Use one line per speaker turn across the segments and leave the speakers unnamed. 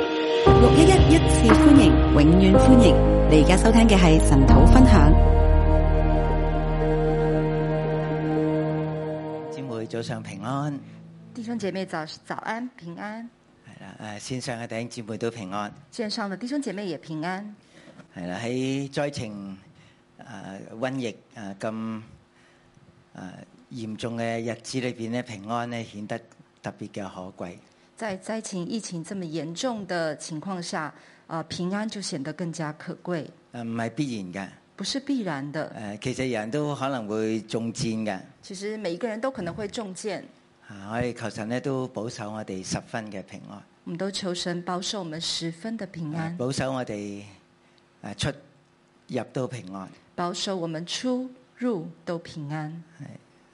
六一一一次歡迎，永遠歡迎！你而家收聽嘅係神土分享。
姊妹早上平安，
弟兄姐妹早早安平安，
係啦，誒線上嘅弟兄姊妹都平安，
線上的弟兄姐妹也平安。
係啦，喺災情誒瘟疫誒咁誒嚴重嘅日子裏邊咧，平安咧顯得特別嘅可貴。
在灾情、疫情這麼嚴重的情況下，啊、平安就顯得更加可貴，
誒唔係必然嘅，誒、
不是必然的。
其實人都可能會中箭嘅。
其實每一個人都可能會中箭，
啊！我哋求神咧都保守我哋十分嘅平安，
我們都求神保守我們十分的平安，
保守我哋誒出入都平安。
保守我們出入都平安。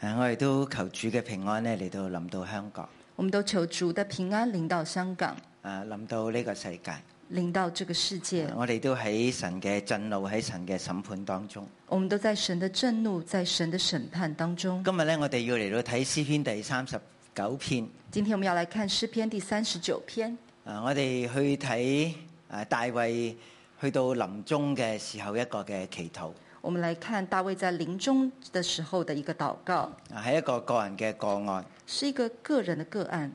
誒，我哋都求主嘅平安咧嚟到臨到香港，
我們都求主的平安臨到香港，
誒臨呃到呢個世界。
臨到這個世界。
我哋都喺神嘅震怒，喺神嘅審判當中。
我們都在神的震怒，在神的審判當中。
今日咧，我哋要嚟到睇詩篇第三十九篇。
今天我們要來看詩篇第三十九篇。
啊，我哋去睇啊大衛去到臨終嘅時候一個嘅祈禱，
我們來看大衛在臨终的時候的一個禱告，
啊係一個個人嘅個案，
是一個個人的個案，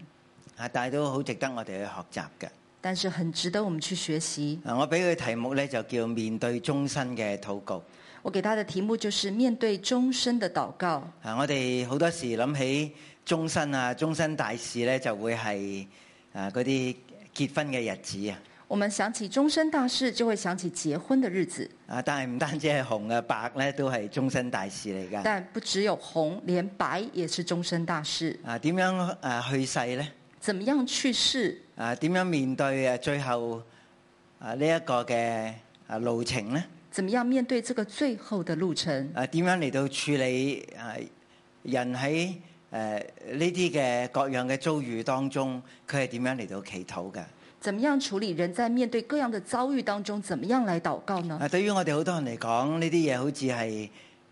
啊但係都好值得我哋去學習嘅。
但是很值得我們去學習。
啊，我俾佢題目咧就叫面對終身嘅禱告。
我給他的題目就是面對終身的禱告。
啊，我哋好多時諗起終身啊，終身大事咧就會係啊嗰啲結婚嘅日子啊。
我們想起終身大事，就會想起結婚的日子，
啊，但係唔單止係紅啊白咧，都係終身大事嚟㗎。
但不只有紅，連白也是終身大事。
啊，點樣啊去世咧？
怎麼樣去世？
啊，點樣面對啊最後啊呢一個嘅啊路程咧？
怎麼樣面對這個最後的路程？
啊，點樣嚟到處理啊人喺誒呢啲嘅各樣嘅遭遇當中，佢係點樣嚟到祈禱㗎？
怎麼樣處理人在面對各樣的遭遇當中，怎麼樣來禱告呢？
啊，對於我哋好多人嚟講，呢啲嘢好似係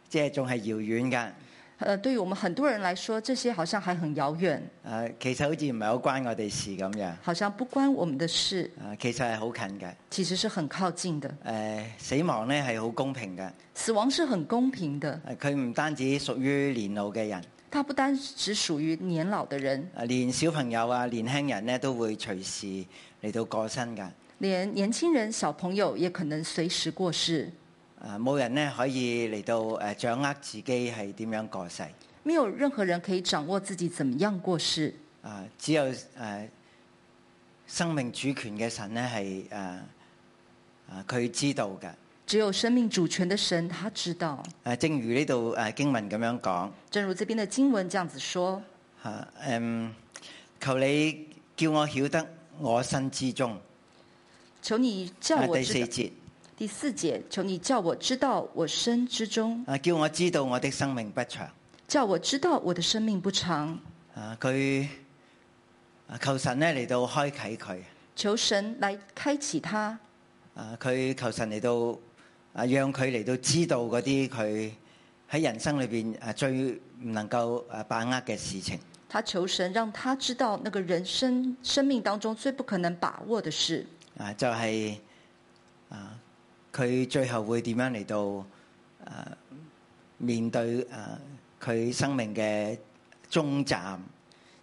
即係仲係遙遠㗎。
呃，對於我們很多人來說，這些好像還很遙遠，
啊，其實好似唔係好關我哋事咁樣。
好像不關我們的事，
啊，其實係好近㗎。
其實是很靠近的。
誒、呃死亡咧係好公平嘅，
死亡是很公平的，
誒佢唔單止屬於年老嘅人，
它不單只屬於年老的人，
誒連小朋友啊、年輕人咧都會隨時嚟到過身㗎。
連年輕人、小朋友也可能隨時過世。
誒啊冇人咧可以嚟到誒掌握自己係點樣過世，
沒有任何人可以掌握自己怎麼樣過世，
啊只有誒、生命主權嘅神咧係誒啊佢知道㗎。
只有生命主權的神他知道。
誒啊正如呢度誒經文咁樣講，
正如這邊的經文這樣子說：
嚇、誒嗯求你叫我曉得我身之中，
求你叫
啊
我
第四
知道。
節。
第四節，求你叫我知道我身之中，
啊，叫我知道我的生命不長。
叫我知道我的生命不長。
啊，佢啊求神咧嚟到開啟佢。
求神來開啟他，
啊，佢求神嚟到啊，讓佢嚟到知道嗰啲佢喺人生裏邊啊最唔能夠啊把握嘅事情。
他求神讓他知道那個人生生命當中最不可能把握的事，
啊，就係、啊，佢最後會點樣嚟到啊面對啊佢生命嘅終站。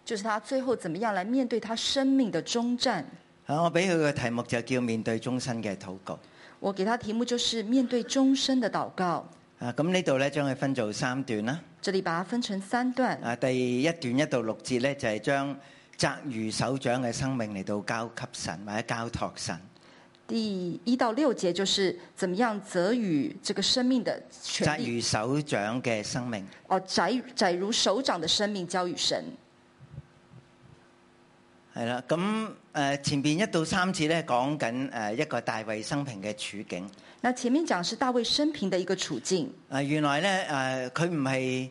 就是他最後怎麼樣來面對他生命的終站。
啊，我俾佢嘅題目就叫面對終身嘅禱告。
我給他題目就是面對終身的禱告。
啊，咁呢度咧將佢分做三段啦。
這裡把它分成三段，
啊，第一段一到六節咧，就係將責如手掌嘅生命嚟到交給神或者交託神。
第一到六節就是怎麼樣責與這個生命的權
責
利，
如手掌嘅生命，
哦，窄窄如手掌的生命交與神。
係啦。咁誒、呃前邊一到三節咧，講緊誒一個大衛生平嘅處境。
那前面講是大衛生平的一個處境，
啊，原來咧誒，佢唔係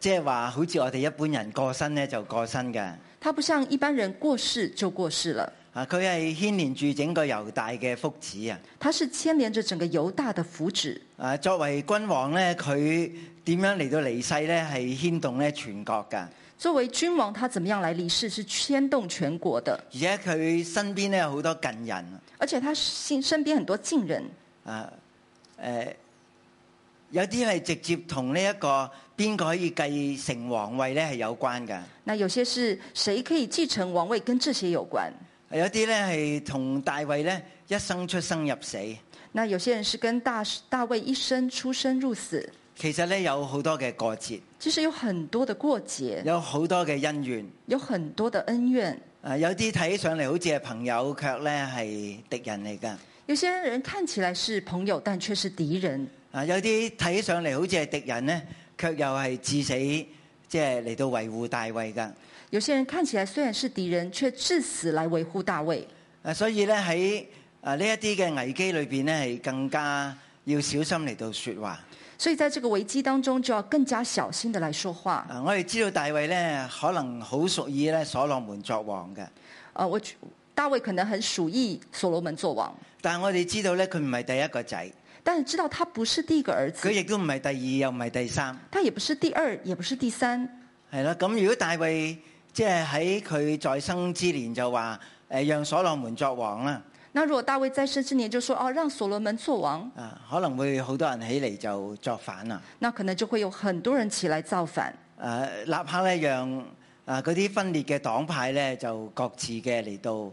即係話好似我哋一般人過身咧就過身嘅。
他不像一般人過世就過世了，
啊，佢係牽連住整個猶大嘅福祉啊！
他是牽連着整個猶大的福祉。
啊，作為君王咧，佢點樣嚟到離世咧，係牽動咧全國㗎。
作为君王，他怎么样来离世是牵动全国的，
而且佢身邊咧有好多近人，
而且他身身边很多近人，
啊誒、有啲係直接同呢一個邊個可以繼承皇位咧係有關嘅，
那有些是谁可以继承王位，跟这些有关。
有啲咧係同大衛咧一生出生入死，
那有些人是跟大大卫一生出生入死，
其實咧有好多嘅過節，
其实有很多的过节，
有好多嘅恩怨。
有很多的恩怨。
啊，有啲睇上嚟好似係朋友，卻咧係敵人嚟㗎。
有些人看起来是朋友，但却是敌人；
啊，有啲睇上嚟好似係敵人呢，卻又係致死，即係嚟到維護大衛㗎。
有些人看起来虽然是敌人，却至死来维护大卫。
啊，所以咧喺啊呢一啲嘅危機裏邊呢，係更加要小心嚟到説話。
所以在这个危机当中，就要更加小心的来说话。
啊，我哋知道大衛呢，可能好屬意咧所羅門作王嘅，
呃，我觉大卫可能很鼠疫所罗门做王，
但係我哋知道咧佢唔係第一個仔，
但是知道他不是第一个儿
佢
子，
亦都唔係第二，又唔係第三，
他也不是第二，也不是第三。
係啦。咁如果大衛即係喺佢在生之年就話誒讓所羅門作王啦，
那如果大卫在生之年就说哦，讓所罗门做王，
啊，可能會好多人起嚟就作反啦。
那可能就會有很多人起来造反，
誒、呃立刻咧，讓啊嗰啲分裂嘅黨派咧，就各自嘅嚟到誒、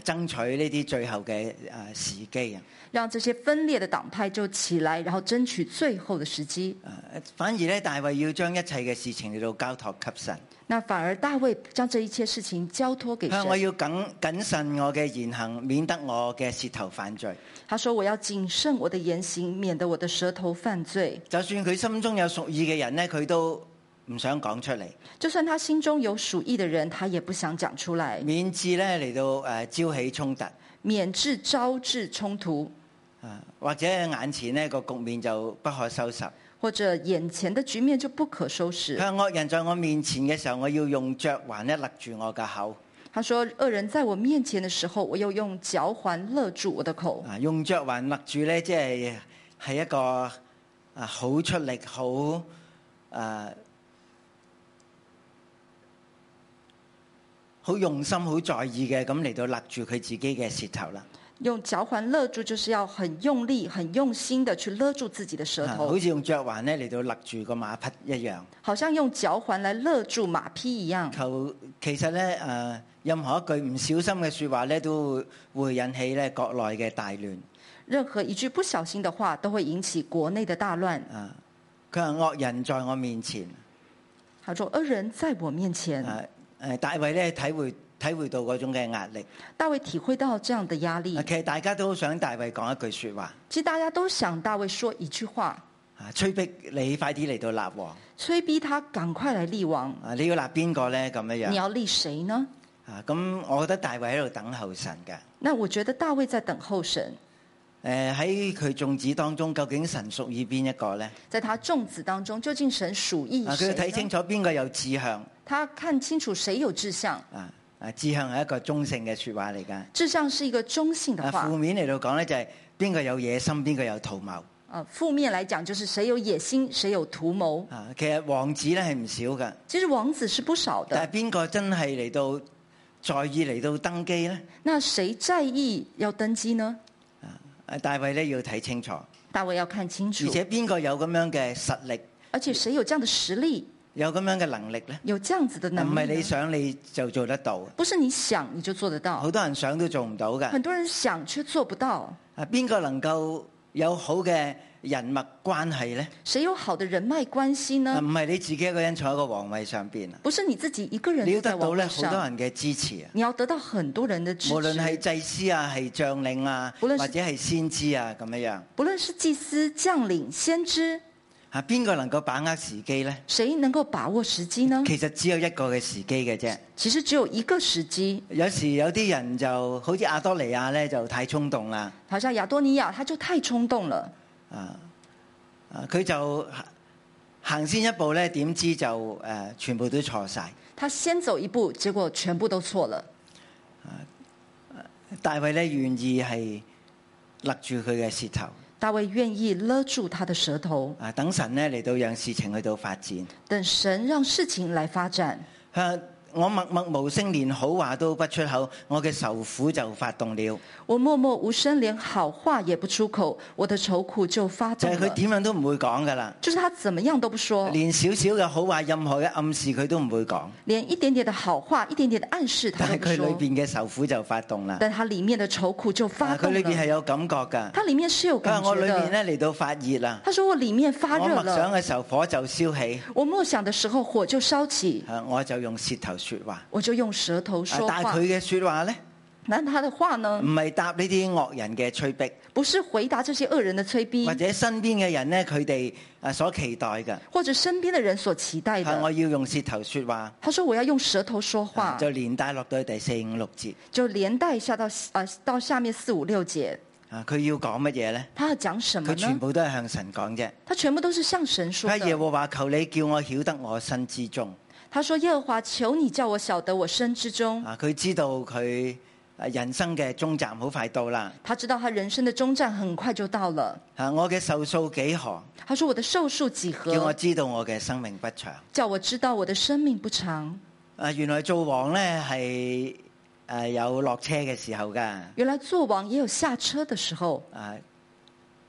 爭取呢啲最後嘅誒、時機啊！
讓這些分裂的黨派就起來，然後爭取最後的时机。
誒呃反而咧，大衛要將一切嘅事情嚟到交託給神。
那反而大卫將這一切事情交托給
佢話：我
神，
要謹謹慎我嘅言行，免得我嘅舌頭犯罪。
他说：“我要謹慎我的言行，免得我的舌頭犯罪。
就算佢心中有屬意嘅人咧，佢都唔想講出嚟，
就算他心中有鼠疫的人，他也不想講出來，
免致咧嚟到誒、招起衝突
免致招致衝突。”
啊，或者眼前呢個局面就不可收拾。
或者眼前的局面就不可收拾。
向惡人在我面前嘅時候，我要用嚼環咧勒住我嘅口，
他说：“恶人在我面前的时候，我又用嚼环勒住我的口。
啊，用嚼環勒住咧，即係係一個啊好出力、好啊好用心、好在意嘅咁嚟到勒住佢自己嘅舌頭啦，
用嚼环勒住，就是要很用力、很用心的去勒住自己的舌
啊
头
好，似用嚼環咧嚟到勒住個馬匹一樣。
好像用嚼环来勒住马匹一样。
求其實咧誒、啊任何一句唔小心嘅説話咧，都會會引起咧國內嘅大亂。
任何一句不小心的话，都会引起国内的大乱。
啊，佢話惡人在我面前。
他说：“恶人在我面前。
啊誒，大衛咧體會體會到嗰種嘅壓力。”
大卫体会到這樣的压力
啊，。其實大家都好想大衛講一句説話，
其实大家都想大卫说一句话，
啊，催逼你快啲嚟到立王。
催逼他赶快来立王。
啊，你要立邊個咧？咁樣
你
樣。
要立谁呢？
啊，咁我覺得大衛喺度等候神嘅。
那我觉得大卫在等候神，
誒喺佢眾子當中，究竟神屬於邊一個咧？
在他众子当中，究竟神属意
啊，佢
谁
要
呢？
睇清楚邊個有志向。
他看清楚谁有志向，
啊啊，志向係一個中性嘅説話嚟㗎。
志向是一个中性的
啊，
话
負。面嚟到講咧，就係邊個有野心，邊個有圖謀。
啊，负面来讲就是谁有野心，谁有图谋。
啊，其實王子咧係唔少㗎。
其实王子是不少
但
的，
係邊個真係嚟到在意嚟到登基呢？
那谁在意要登基呢？
啊，大衛咧要睇清楚，而
大卫要看清楚，
且邊個有咁樣嘅實力，
而且谁有这样的实力，
有咁樣嘅能力呢？
有这样子的
唔係
能力啊
你
呢？
想你就做得到，
不是你想你就做得到
好，多人想都做唔到㗎。
很多人想却做不到。
啊，邊個能夠有好嘅人脈關係呢？
谁有好的人脉关系
啊，
呢？
唔係你自己一個人坐喺個皇位上邊啊，
不是你自己一个人
你要
坐
得
在
到
王
咧
位
好多
上，
人嘅支持啊。
你要得到很多人的支
無論係
持，
祭司啊、係將領啊，
無論是
或者係先知啊咁樣樣，
不论是祭司、将领、先知，
啊邊個能夠把握時機呢？
谁能够把握时机呢？
其實只有一個嘅時機嘅啫。
其实只有一个时机，
有時有啲人就好似亞多尼亞咧，就太衝動啦，
好像亚多尼亚他就太冲动了，
啊啊，佢就行先一步咧，點知就誒、呃全部都錯晒。
他先走一步，结果全部都错了。
大衛咧願意係勒住佢嘅舌頭，
大卫愿意勒住他的舌头，
啊等神咧嚟到讓事情去到發展。
等神让事情来发展。
啊我默默無聲，連好話都不出口，我嘅愁苦就發動了。
我默默無聲，連好話也不出口，我的愁苦就發
就
動
係佢
了。
點樣都唔會講噶啦，
就是他怎麼樣都不說，
連少少嘅好話、任何嘅暗示佢都唔會講，
連一點點的好話、一點點的暗示他
但
都
係
不
佢裏
說。
邊嘅愁苦就發動啦。
但他裡面的愁苦就
啊
發
佢
動
裏邊係
了，
有感覺㗎。
他裡面是有
佢話
感
我
覺
裏邊
的。
咧嚟到發熱啦，
他說我裡面發
我
熱
默想
了，
嘅時候火就燒起，
我默想的時候火就燒起，
啊我就用舌頭説話。啊
我就用舌頭說
但係
話嗯
佢。嘅説話咧，
但他的話呢
唔，係答呢啲惡人嘅催逼，
不是回答這些惡人的催逼
或，者身邊嘅人咧佢哋啊所期待嘅。
或者身邊的人所期待
係我
的。
要用舌頭説話，啊
他說我要用舌頭說話，
就連帶落到去第四五六節。
就連帶一下到呃到下面四五六節，
啊，佢要講乜嘢咧？
他要講什麼
佢全
呢？
部都係向神講啫。
他全部都是向神說
佢話耶
的。
和華求你叫我曉得我身之中。
他說：耶和華，求你叫我曉得我身之中。
啊，佢知道佢啊人生嘅終站好快到啦。
他知道他人生的终站很快就到了。
啊，我嘅壽數幾何？
他說：我的壽數幾
叫我
何？
知道我嘅生命不長。
叫我知道我的生命不長。
啊，原來做王咧係誒有落車嘅時候㗎。
原來做王也有下車的時候。
啊，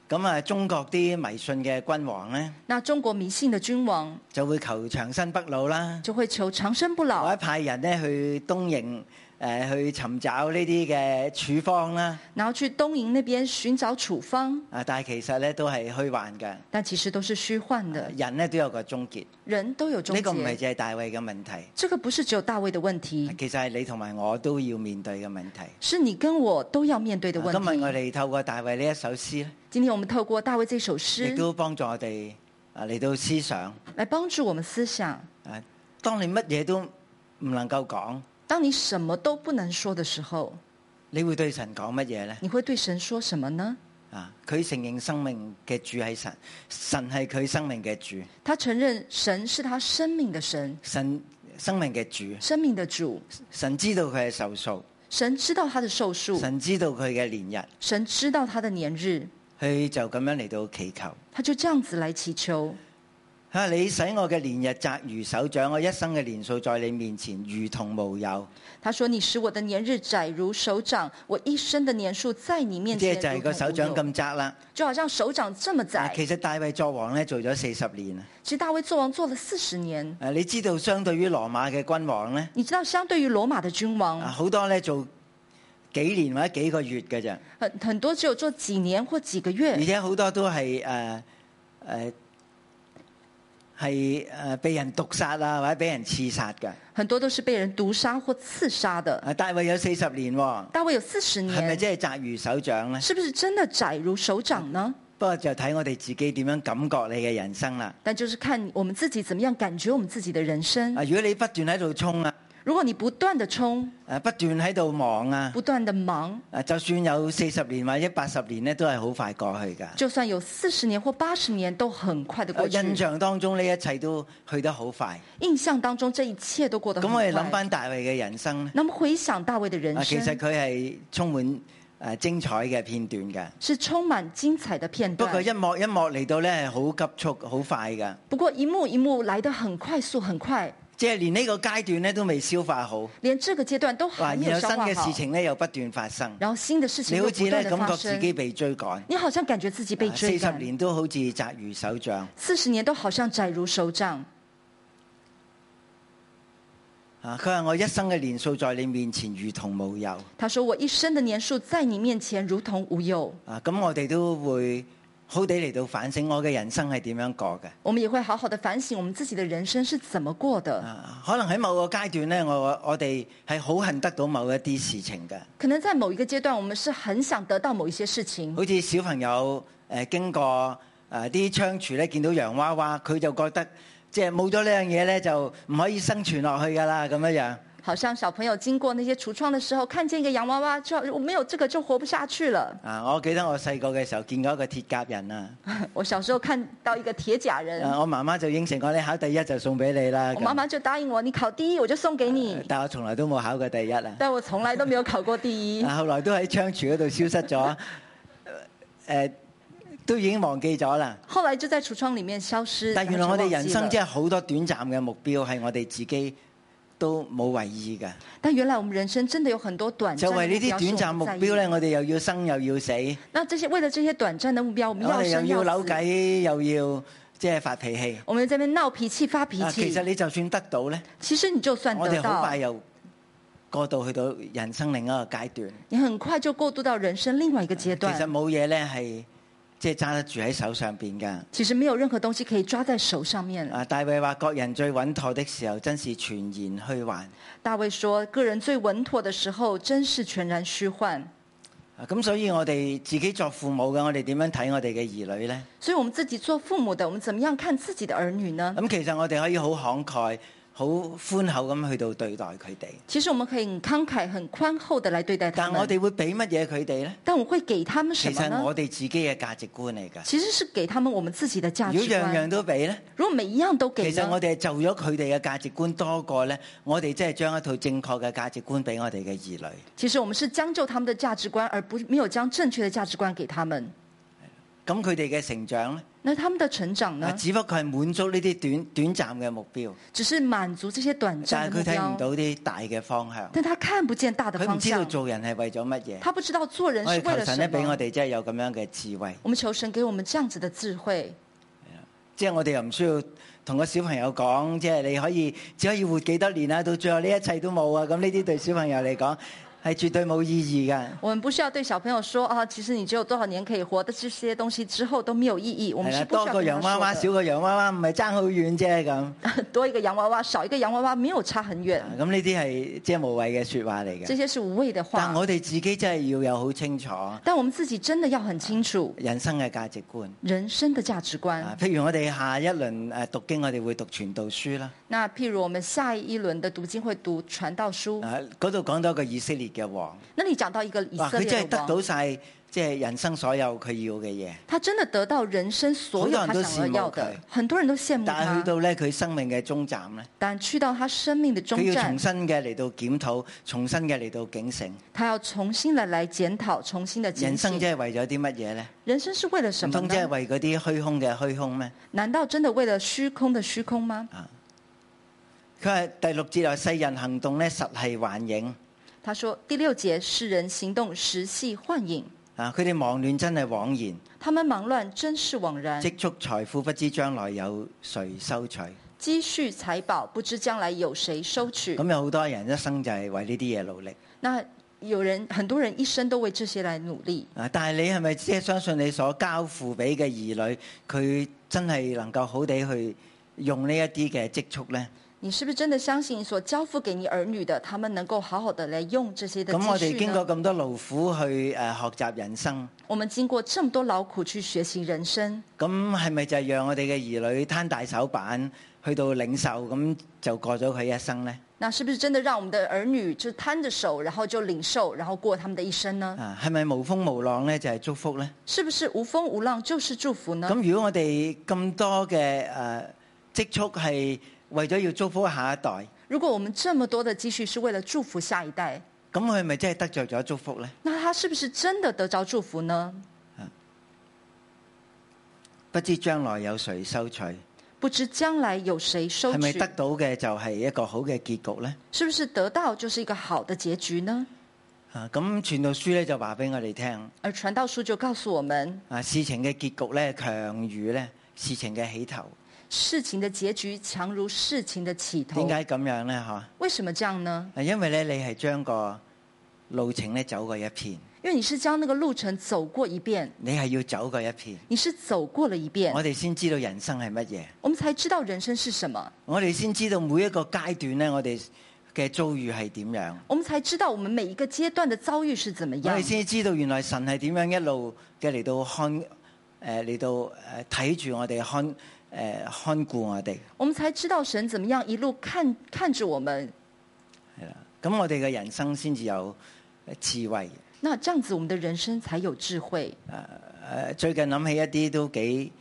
咁啊，中國啲迷信嘅君王咧
那中國迷信的君王
就會求長生不老啦，
就會求長生不
或
老
者，派人咧去東營誒、呃去尋找呢啲嘅處方啦。
然後去東營那邊尋找處方，
啊，但係其實咧都係虛幻嘅。
但其實都是虛幻的。
人咧都有個終結，
人都有終
呢個唔係
結，
淨係大衛嘅問題，
這個不是只有大衛的問題，
其實係你同埋我都要面對嘅問題。啊
是你跟我都要面對的
今
問
日我
題。
哋透過大衛呢一首詩咧，
今天我們透過大衛這首
亦
詩
都幫助我哋啊嚟到思想。
來幫助我們思想：
啊，當你乜嘢都唔能夠講，
當你什麼都不能說的時候，
你會對神講乜嘢呢？
你會對神說什麼呢？
啊，佢承認生命嘅主係神，神係佢生命嘅主，
他承認神是他生命的神，
神生命嘅主，
生命的主。
神知道佢係受數，
神知道他的壽數，
神知道佢嘅年日，
神知道他的年日，
佢就咁樣嚟到祈求。
他就這樣子來祈求。
啊！你使我嘅年日窄如手掌，我一生嘅年數在你面前如同無有。
他說：“你使我的年日窄如手掌，我一生的年数在你面
即
前
係就係
如
個
同
手
無
掌
有
咁窄啦。
就好像手掌這麼
啊
窄。
其實大衛作王咧做咗四十年啊。
其實大衛做王做了四十年，
呃誒，你知道相對於羅馬嘅君王咧，
你知道，相對於羅馬的君
啊
王，
好多咧做幾年或者幾個月嘅 啫，
很很多只有做幾年或幾個
而
月，
且好多都呃係誒誒係誒呃被人毒殺啊，或者俾人刺殺嘅。
很多都是被人毒殺或刺殺的。
啊，大衛有四十年喎，
大衛嗯有四十
係咪
年，
即係窄如手掌咧？
是不是真的窄如手掌呢？
不過就睇我哋自己點樣感覺你嘅人生啦。
但就是看我們自己怎麼樣感覺我們自己的人生
啊！。如果你不斷喺度衝啊，
如果你不斷的衝，
誒不斷喺度忙啊，
不斷的忙，
誒就算有四十年或者八十年咧，都係好快過去㗎。
就算有四十年或八十年，都很快的過
我印
去。
象當中呢一切都去得好快。
印象當中，這一切都過得
咁
很
我
快。
哋諗翻大衛嘅人生咧，
那麼回想大衛的人
啊其實
生，
佢係充滿誒精彩嘅片段㗎。
是充滿精彩的片
不
段。
過一幕一幕嚟到咧，係好急促、好快㗎，
不過一幕一幕來得很快速，很快，
即係連呢個階段咧都未消化好。
連這個階段都
哇！
還沒
然
有
後新
消化
嘅
好
事。情咧又不斷發生，
然後新的事情
你
又
好
不
似
斷
咧
的
感
發
覺自
生，
己被追趕。啊
你好像感覺自己被
四
追
十
趕，
年都好似窄如手掌。
四十年都好像窄如手掌。
啊！佢話我一生嘅年數在你面前如同無有。
他說：“我一生的年數在你面前如同無有。
啊！咁我哋都會好地嚟到反省我嘅人生係點樣過嘅。”
我們也會好好的反省我們自己的人生是怎麼過的。
啊！可能喺某個階段呢，我我哋係好恨得到某一啲事情嘅，
可能在某一個階段，我們是很想得到某一些事情，
好似小朋友誒、呃、經過誒啲窗廚咧，見到洋娃娃，佢就覺得即係冇咗呢樣嘢咧，就唔可以生存落去㗎啦咁樣樣。
好像小朋友經過那些櫥窗的時候，看見一個洋娃娃，就我沒有這個就活不下去了。
啊！我記得我細個嘅時候見過一個鐵甲人啊，
我小時候看到一個鐵甲人，
啊我媽媽就應承我你考第一就送俾你啦。
嗯我嗯
咁
媽媽就答應我，你考第一我就送給你。
但我從來都冇考過第一啊。
但我從來都沒有考過第 一，
啊，後來都喺窗廚嗰度消失咗，誒、都已經忘記咗啦。
後來就在櫥窗裡面消失。
但原來
然後
我
就
哋
忘記
人生
了
真係好多短暫嘅目標，係我哋自己都冇為意嘅。
但原來我們人生真的有很多短暫
就為呢
的目標是
啲
我
短暫
們
目
在意
標咧，
的
我哋又要生又要死，
那這些為了這些短暫的目標，我們
我
要
哋
生
又要啊
要
扭
死，
計，又要即係發脾氣。
我們在那邊鬧脾氣、發脾
啊
氣。
其實你就算得到咧，
其實你就算
我
得
哋好
到
快，又過到去到人生另一個階段。
你很快就過渡到人生另外一個階
其實
段。
冇嘢咧係即係揸得住喺手上邊㗎。
其實沒有任何東西可以抓在手上面。
啊，大衛話：各人最穩妥的時候，真是全然虛幻。
大衛說：“個人最穩妥的時候，真是全然虛幻。
啊咁所以我哋自己作父母嘅，我哋點樣睇我哋嘅兒女呢？”
所以，我們自己做父母的，我們怎麼樣看自己的兒女呢？
咁其實我哋可以好慷慨、好寬厚咁去到對待佢哋，
其實我們可以很慷慨、很寬厚的來對待他
但我
們，
哋會俾乜嘢佢哋呢？
但我會給他們什
其
麼
實
呢？
我哋自己嘅價值觀嚟㗎。
其實是給他們我們自己的價值
如果樣樣
觀。
都俾呢，
如果每一樣都給
其實
呢
我，哋係就咗佢哋嘅價值觀多過呢，我哋即係將一套正確嘅價值觀俾我哋嘅兒女。
其實我們是將就他們的價值觀，而不沒有將正確的價值觀給他們。
咁佢哋嘅成長呢，
那他們的成長
啊
呢，
只不過係滿足呢啲短短暫嘅目標，
只是嗯滿足這些短暫
但係
的
佢
目
睇唔
標，
到啲大嘅方向。
但他看不見大的
佢唔
方
知道
向，
做人係為咗乜嘢。
他不知道做人
我
是
哋
為了
求神咧，
什
俾我
麼。
哋真係有咁樣嘅智慧，
我們求神給我們這樣子的智慧，
即係我哋又唔需要同個小朋友講，即係你可以只可以活幾多年啊，到最後呢一切都冇啊，咁呢啲對小朋友嚟講係絕對冇意義㗎。
我們不需要對小朋友說啊，其實你只有多少年可以活，但這些東西之後都沒有意義。我們
係
是
啦，
不需
哎多
要
個
跟
洋娃
他
娃，
說
少個洋娃娃，唔係爭好遠啫咁。啊
的。 多一個洋娃娃，少一個洋娃娃，沒有差很遠。
咁呢啲係即係無謂嘅説話嚟
這
嘅。
些是無謂的
但
話。
我哋自己真係要有好清楚
但我們自己真的要很清楚
人生嘅價值觀。
人生的價值觀。
啊，譬如我哋下一輪誒讀經，我哋會讀傳道書啦。
那譬如我們下一輪的讀經會讀傳道書，
啊，嗰度講到一個以色列嘅王。
那你講到一個嗯以
哇！
色
佢真
列
係得
的王，
到晒即係人生所有佢要嘅嘢，
他真的得到人生所有
好
他
多人都
想要要
羨
的
慕，
很多人都羨慕
但係去
他。
到咧佢生命嘅終站咧，
但去到他生命的中
佢要
站
重，新嘅嚟到檢討，重新嘅嚟到警醒。
他要重新的來檢討，重新的
人
警
生
醒
即。係為咗啲乜嘢咧？
人生是為了什
唔
麼
通即係
呢？
為嗰啲虛空嘅虛空咩？
難道真的為了虛空的虛空嗎？
佢話第六節話世人行動咧實係幻影
他說第六節，世人行動實系幻影，
啊！佢哋忙亂真係枉然，
他們忙亂真是枉然，
積蓄財富不知將來有誰收取。
積蓄財寶，不知將來有誰收取。
咁有好多人一生就係為呢啲嘢努力
那有人，很多人一生都為這些來努力。
啊！但係你係咪即係相信你所交付俾嘅兒女，佢真係能夠好地去用呢一啲嘅積蓄呢？
你是不是真的相信你所交付给你兒女的，他們能夠好好的來用這些的
咁我
積
哋
蓄
經
呢？
過咁多勞苦去誒學習人生，
我們經過這麼多勞苦去學習人生，
咁係咪就係讓我哋嘅兒女攤大手板去到領受，咁就過咗佢一生呢？
那是不是真的讓我們的兒女就攤着手，然後就領受，然後過他們的一生呢？
啊，係咪無風無浪呢？就係、祝福呢？
是不是無風無浪就是祝福呢？
咁如果我哋咁多嘅誒積蓄係為咗要祝福下一代，咁
如果我們這麼多的積蓄是為了祝福下一代，
佢係咪真係得着咗祝福呢？
那他是不是真的得着祝福呢？
不知將來有誰收取，
不知將來有誰收
係咪
取
得，到嘅就係一個好嘅結局呢？
是不是得到就是一個好的結局呢？
啊，咁傳道書咧就話俾我哋聽，
而傳道書就告訴我們，
啊，事情嘅結局咧強於咧事情嘅起頭。
事情的結局強如事情的起頭
點。解咁樣呢？嚇，
為什麼這樣呢？
啊因為咧你係將個路程咧走過一遍，
因為你是將那個路程走過一遍，
你係要走過一遍，
你是走過了一遍
我，哋先知道人生係乜嘢，
我們才知道人生是什麼，
我哋先知道每一個階段咧我哋嘅遭遇係點樣，
我們才知道我們每一個階段的遭遇是怎麼
我哋
樣。
先知道原來神係點樣一路嘅嚟到看誒嚟到誒睇住我哋看誒、看顧我哋，
我們才知道神怎麼樣一路看看着我們。
咁我哋嘅人生先至有智慧。
那這樣子，我們的人生才有智慧。
誒呃最近諗起一啲都幾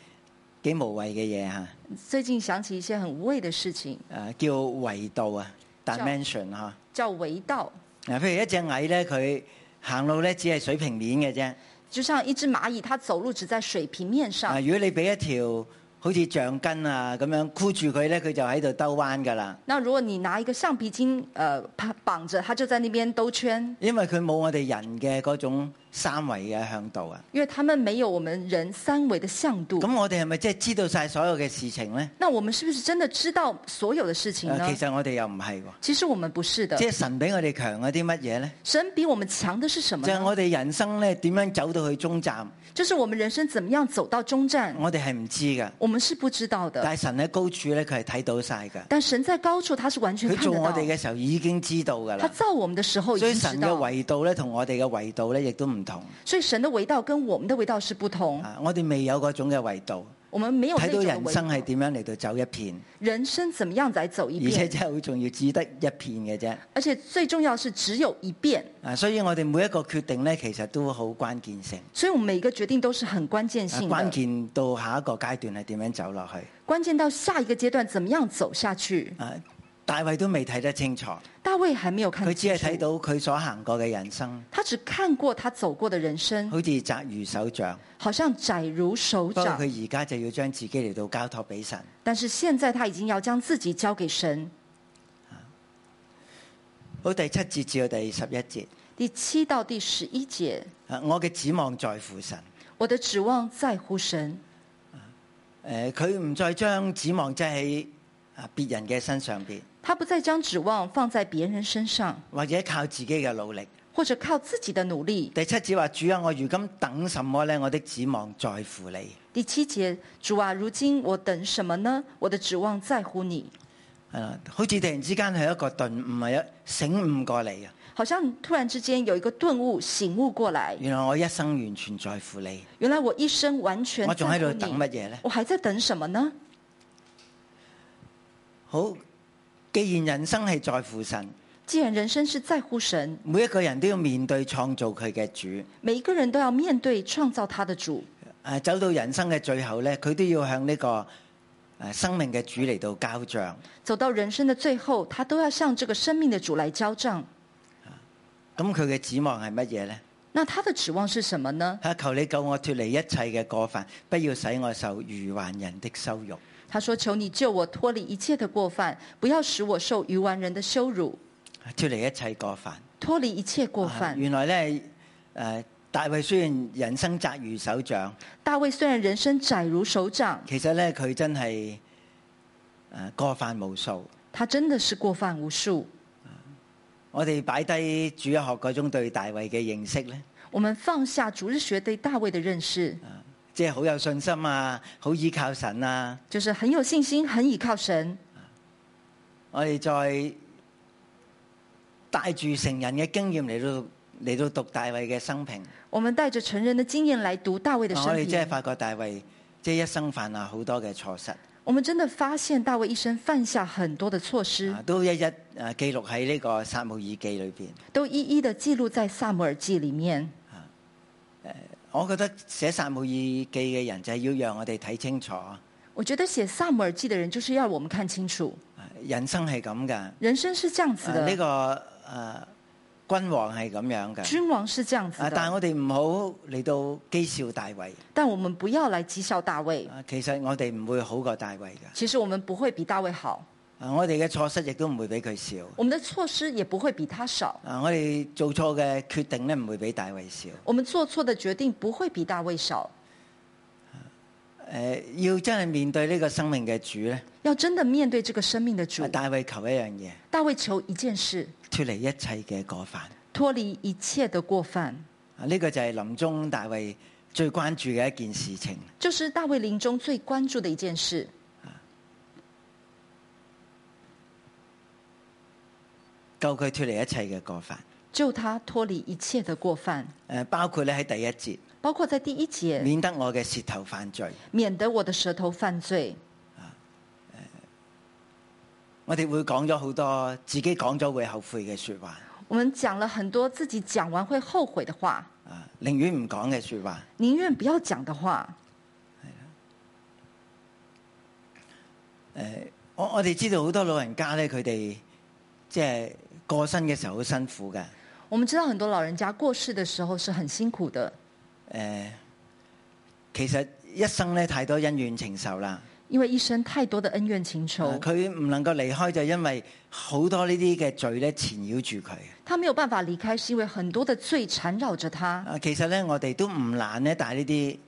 幾無謂嘅嘢嚇，
最近想起一些很無謂的事情，
誒叫維度啊 dimension 嚇。
叫圍道，
嗱，譬如一隻蟻咧，佢行路咧只係水平面嘅啫。
就像一隻螞蟻，它走路只在水平面
啊，
上。
如果你俾一條好似橡筋啊咁樣箍住佢咧，佢就喺度兜彎㗎啦。
那如果你拿一个橡皮筋，呃，绑绑着，它就在那边兜圈，
因為佢冇我哋人嘅嗰種三維嘅向度啊。
因为他们没有我们人三维的向度。
咁我哋係咪即係知道晒所有嘅事情咧？
那我们是不是真的知道所有的事情
呃
呢
其？實我哋又唔係喎，
其实我们不是的
即。係神比我哋強嗰啲乜嘢咧？
神比我们强的是什么
就係
呢？
我哋人生咧點樣走到去終站，
就是我们人生怎么样走到终站，
我哋係唔知㗎。
我们是不知道的。
哦但係神喺高處咧，佢係睇到晒㗎。
但神在高处，他是完全
佢
看
做
得
我
到
哋。嘅時候已經知道㗎
他
啦。
造我们的时候已
所以
经知
神嘅
道，
維度咧，同我哋嘅維度咧，亦都唔同。
所以神的维道跟我们的维道是不同。
啊，我哋未有嗰種嘅維度，
我们没有那
睇到
种的
人
维
生係
道。
點樣嚟到走一遍，
人生怎么样才走一
而且
遍？
真係好重要，只得一片嘅啫。
而且最重要是只有一遍，
啊，所以我哋每一個決定咧，其實都好關鍵性，
所以我们每一个决定都是很关键
啊
性的。
關鍵到下一個階段係點樣走落去。
关键到下一个阶段怎么样走下去，
啊，大衛都未睇得清楚，
大卫还没有看
佢只
清
係
楚。
睇到佢所行過嘅人生，
他只看过他走过的人生，
好似摘如手掌。
好像窄如手
不過
掌。
佢而家就要將自己嚟到交托俾神。
但是现在他已经要将自己交给神。
好，第七節至到第十一節，
第七到第十一节，
啊，我嘅指望在乎神。
我的指望在乎神，
誒呃佢唔再將指望擠喺啊別人嘅身上邊，
他不再将指望放在别人身上，
或者靠自己嘅努力。
或者靠自己的努力。
第七節話：主啊，我如今等什麼呢？我的指望在乎你。
第七节，主啊，如今我等什么呢？我的指望在乎你。
係啦，啊好似突然之間係一個頓悟，係一醒悟過嚟啊！
好像突然之间有一个顿悟，醒悟过来，
原來我一生完全在乎你，
原来我一生完全
我仲喺
在
度
乎你
等乜嘢呢？
我还在等什么呢？
好，既然人生係在乎神，
既然人生是在乎神，
每一個人都要面對創造佢嘅主。
每一个人都要面对创造他的主。
誒，呃走到人生嘅最後呢，佢都要向呢、個誒生命嘅主嚟到交帳。
走到人生的最后，他都要向这个生命的主来交账。
咁佢嘅指望係乜嘢呢？
那他的指望是什么呢？
啊！求你救我脱離一切嘅過犯，不要使我受愚頑人的羞辱。
他说：“求你救我脱离一切的过犯，不要使我受愚顽人的羞辱，
脱啊離一切過犯。
脱离一切过
啊
犯。
原來呢，誒、大衛雖然人生窄如手掌，
大卫虽然人生窄如手掌，
其實呢，佢真係誒、呃、過犯無數。
他真的是过犯无数。
我哋擺低主學嗰種對大衛嘅認識呢，
我们放下逐日学对大卫的认识，
即係好有信心啊，好依靠神啊。
就是很有信心，很倚靠神。
我哋再帶住成人嘅經驗嚟到嚟到讀大衛嘅生平。
我们带着成人的经验来读大卫的
啊
生
我哋真係
平，
發覺大衛即係一生犯下好多嘅錯失，
我们真的发现大卫一生犯下很多的错失
啊，都一一誒記錄喺呢個撒母耳記裏邊。
都一一的记录在萨姆耳记里面。
我覺得寫撒母耳記嘅人就係要讓我哋睇清楚，啊
我觉得写萨姆耳记的人就是要我们看清楚，
人生係咁噶，啊
人生是这样子的，
呢個誒君王係咁樣嘅。
君王是这样子
啊！
的。
但係我哋唔好嚟到譏笑大衛，
但我们不要来讥笑大卫，
啊其實我哋唔會好過大衛㗎。
其实我们不会比大卫好，
啊我哋嘅錯失亦都唔會俾佢笑。
我们的措施也不会比他少，
啊！我哋做錯嘅決定咧，唔會俾大衛笑。
我们做错的决定不会比大卫少。
誒、要真係面對呢個生命嘅主咧。
要真的面对这个生命的主，
大衛求一樣嘢，
大卫求一件事：
脱離一切嘅過犯。
脱离一切的过犯，
啊，呢個就係臨終大衛最關注嘅一件事情。
就是大卫临终最关注的一件事。
救佢脱離一切嘅過犯。
救他脱离一切的过犯，
誒，包括咧喺第一節，
包括在第一节，
免得我嘅舌頭犯罪。
免得我的舌头犯罪。
我哋會講咗好多自己講咗會後悔嘅説話，
我们讲了很多自己讲完会后悔的话，
啊，寧願唔講嘅説話。
宁愿不要讲的话。
我我哋知道好多老人家咧，佢哋即係過身嘅時候好辛苦嘅。
我们知道很多老人家过世的时候是很辛苦的，
呃誒、其實一生咧太多恩怨情仇啦。啊
因为一生太多的恩怨情仇，
佢唔能夠離開就因為好多呢啲嘅罪咧纏繞住佢。
他没有办法离开，是因为很多的罪缠绕着他。
啊，其實咧我哋都唔難咧帶呢啲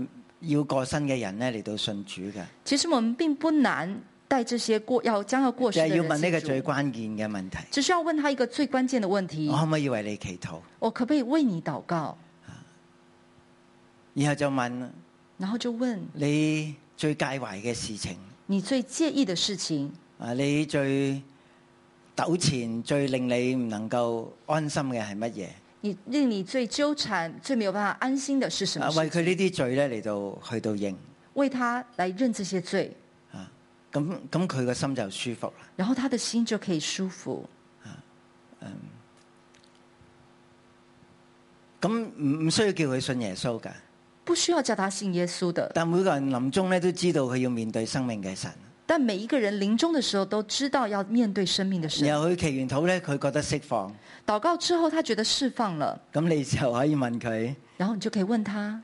誒要過身嘅人咧嚟到信主嘅，
其实我们并不难带这些过要将要过世
就
的
係
人
要問呢個
信主
最關鍵嘅問題：
只需要问他一个最关键的问题
我：可唔可以為你祈禱？
我可不可以为你祷告？
然後就問
然后就问
你最介懷嘅事情，
你最介意的事情，
啊，你最糾纏、最令你唔能夠安心嘅係乜嘢？
你令你最纠缠、最没有办法安心的是什么
啊，
事？
為佢呢啲罪咧嚟到去到認，
为他来认这些罪，
咁咁佢個心就舒服啦。
然后他的心就可以舒服。
咁唔唔需要叫佢信耶穌㗎，
不需要叫他信耶稣的，
但每個人臨終咧都知道佢要面對生命嘅神。
但每一个人临终的时候都知道要面对生命的神。
然後佢祈完禱咧，佢覺得釋放，
祷告之后，他觉得释放了，
咁你就可以問佢：
然后你就可以问他：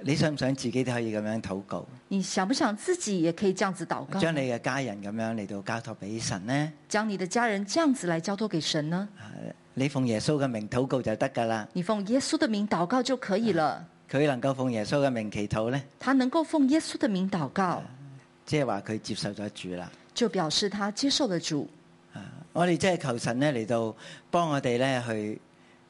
你想唔想自己都可以咁樣禱告，
你想不想自己也可以这样子祷告？
將你嘅家人咁樣嚟到交託俾神呢？
将你的家人这样子来交托给神呢？
你奉耶穌嘅名禱告就得㗎啦。
你奉耶稣的名祷告就可以了。
佢能夠奉耶穌嘅名祈禱呢，
他能够奉耶稣的名祷告，
嗯即係話佢接受咗主啦。
就表示他接受了主。
我哋真係求神咧嚟到幫我哋咧去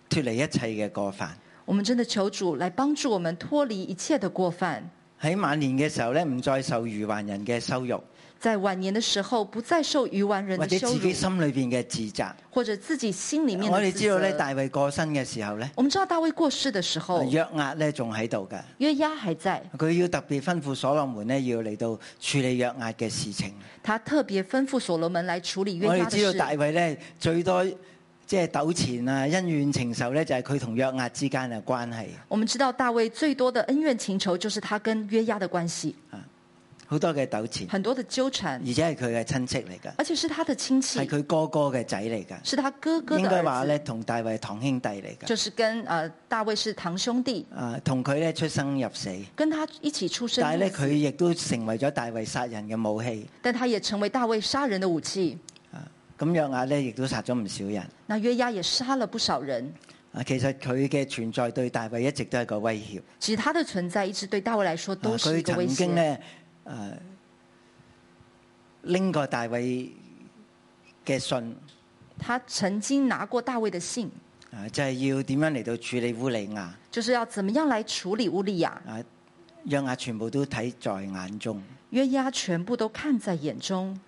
脱離一切嘅過犯。
我们真的求主来帮助我们脱离一切的过犯，
喺晚年嘅時候咧，唔再受愚顽人嘅羞辱，
在晚年的时候不再受愚顽人
或
的
者
羞
自己
辱，
心裏边嘅自責。
或者自己心里面
我
的
哋
自
知道咧，
责。
大衛過身嘅時候咧，
我们知道大卫过世的时候，
約押咧仲喺度㗎。
约押还在，
佢要特別吩咐所羅門咧，要嚟到處理約押嘅事情。
他特别吩咐所罗门来处理约
我哋
押的
知道大
事。
衛咧最多即係糾纏啊、恩怨情仇咧，就係佢同約押之間嘅關係。
我们知道大卫最多的恩怨情仇就是他跟约押的关系，
好多嘅糾纏，
很多的纠缠
而，且係佢嘅親戚嚟㗎，
而且是他的亲
係
戚，
佢哥哥嘅仔嚟㗎。
是他哥哥
應
的
該
儿
話
子，
咧，同大衛堂兄弟嚟㗎。
就是跟呃大卫是堂兄弟，
啊，同佢咧出生入死，
跟他一起出生
但係
入
咧
死。
佢亦都成為咗大衛殺人嘅武器。
但他也成为大卫杀人的武器。
咁約押咧亦都殺咗唔少人。
那约押也杀了不少人。
啊，其實佢嘅存在對大衛一直都係個威脅。
其实他的存在一直对大卫来说
啊
都是一
佢
个威
曾
胁。
經咧誒拎過大衛嘅信，
他曾经拿过大卫的信，
啊就係、要點樣嚟到處理烏利亞，啊
就是要怎么样来處理乌利亚。
約押全部都睇在眼中。
约押全部都看在眼中。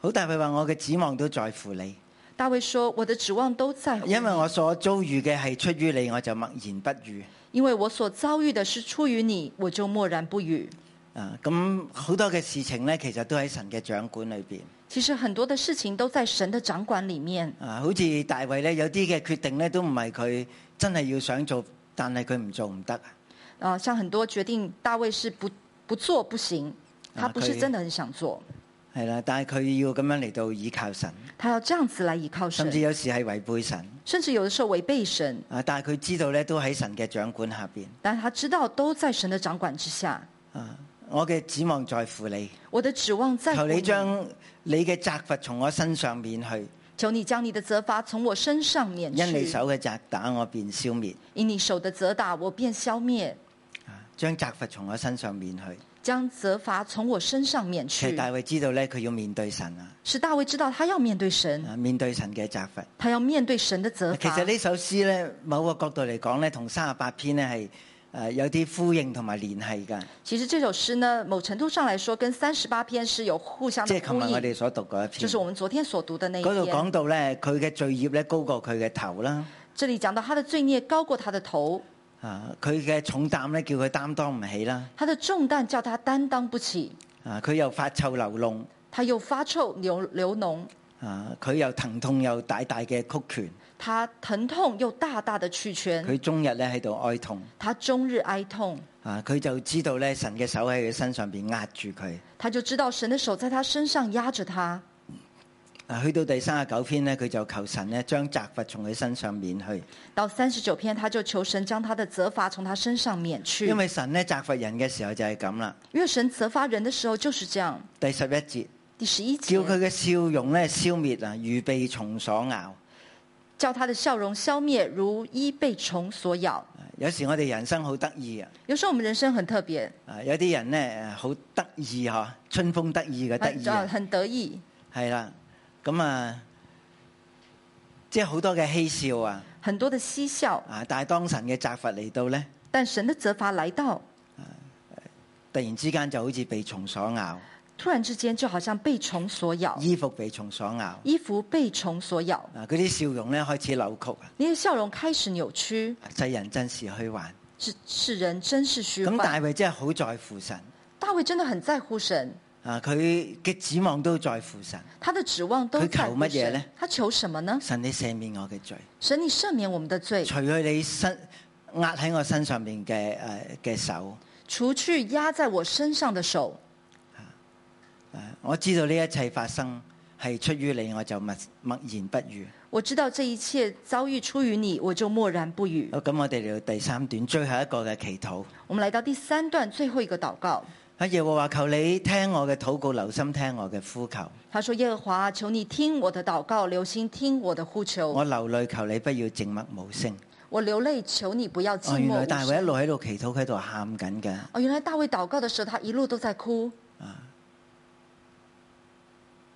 好，大衛話：我嘅指望都在乎你，
大卫说：“我的指望都在乎你，
因為我所遭遇嘅係出於你，我就默然不語。
因为我所遭遇的是出于你，我就默然不语。
啊，咁好多嘅事情咧，其實都喺神嘅掌管裏邊。”
其实很多的事情都在神的掌管里面。
啊，好似大衛咧，有啲嘅決定咧，都唔係佢真係要想做，但係佢唔做唔得。
啊、像很多决定，大卫是不不做不行，
啊
他不是
可以
真的很想做，
係啦，但係佢要咁樣嚟到倚靠神，
他要这样子来依靠
甚至
神，
有時係違背神。
甚至有的时候违背神，
啊，但係佢知道咧，都喺神嘅掌管下邊。
但他知道都在神的掌管之下。
啊，我嘅指望在乎你，
我的指望在乎
求你
你，
將你嘅責罰從我身上免去，
求你将你的责罚从我身上免
因你
去，
手嘅責打我便消滅，
因你手的责打我便消灭，
啊將責罰從我身上免去。
将责罚从我身上免
其實
去。
大衛知道咧，佢要面對神啊，
使大卫知道他要面对神，
啊面對神嘅責罰。
他要面对神的责
其
罚
實。呢首詩咧，某個角度嚟講咧，同三十八篇咧係誒有啲呼應同埋聯繫㗎，
其實这首詩呢，某程度上来说，跟三十八篇是有互相
即
的
係琴
呼
日我哋
应。
所讀嗰一篇
就是。我们昨天所读的那一
嗰度
篇，
講到咧，佢嘅罪孽咧高過佢嘅頭啦，
这里讲到他的罪孽高過他的頭，
啊，佢嘅重擔咧叫佢擔當唔起啦，
他的重擔叫他擔當不起，
啊，佢又發臭流弄，
他又發臭流流脓，
啊，佢又疼痛又大大嘅曲
他疼痛又大大的去
拳，
圈，
佢終日咧喺度哀痛，
他终日哀痛，
啊，佢就知道咧神嘅手喺佢身上邊壓住佢，
他就知道神的手在他身上壓着他，
啊，去到第三十九篇咧，佢就求神咧將責罰從佢身上免去，
到三十九篇，他就求神将他的责罚从他身上免去，
因為神咧責罰人嘅時候就係咁啦。
因为神责罚人的时候就是这样。
第十一節，
第十一节
叫，佢嘅笑容咧消滅啊，如被蟲所咬。
叫他的笑容消灭，如衣被虫所咬。
啊有時我哋人生好得意啊！
有时候我们人生很特别，
啊，有啲人咧誒好得意嚇，春風得意嘅得
很
意
啊
啊，
很得意，
係啦，咁啊，即係好多嘅嬉笑啊，
很多的嬉笑。
啊！但係當神嘅責罰嚟到咧，
但神的责罚来到，
突然之間就好似被蟲所咬，
突然之间就好像被虫所咬，
衣服被蟲所咬，啊！
衣服被虫所咬，
嗰啲笑容咧開始扭曲啊！
你的笑容开始扭曲，
世人真是虛幻。
是世人真是虚
咁
幻。
大衛真係好在乎神
大卫真的很在乎神，
啊！佢嘅指望都在乎神。
他的指望都
他求
在乎
乜嘢呢
神。他求什么呢？
神，你赦免我嘅罪，
神，你赦免我们的罪，
除去你身壓喺我身上面嘅誒嘅手。
除去压在我身上的手。
啊我知道呢一切發生係出於你，我就默默然不語。
我知道这一切遭遇出于你，我就默然不语。
好，咁我哋嚟到第三段最後一個嘅祈禱。
我们来到第三段最後一個禱告，
啊，耶和華求你聽我嘅禱告，留心聽我嘅呼求。
他说：“耶和华，求你听我的禱告，留心听我的呼求
我。流淚求你不要靜默無聲。
我流淚，求你不要
哦，
寂
原
寞
來
無
大衛一
聲。
路喺度祈禱，佢喺度喊緊嘅。”
哦，原来大卫祷告的时候，他一路都在哭，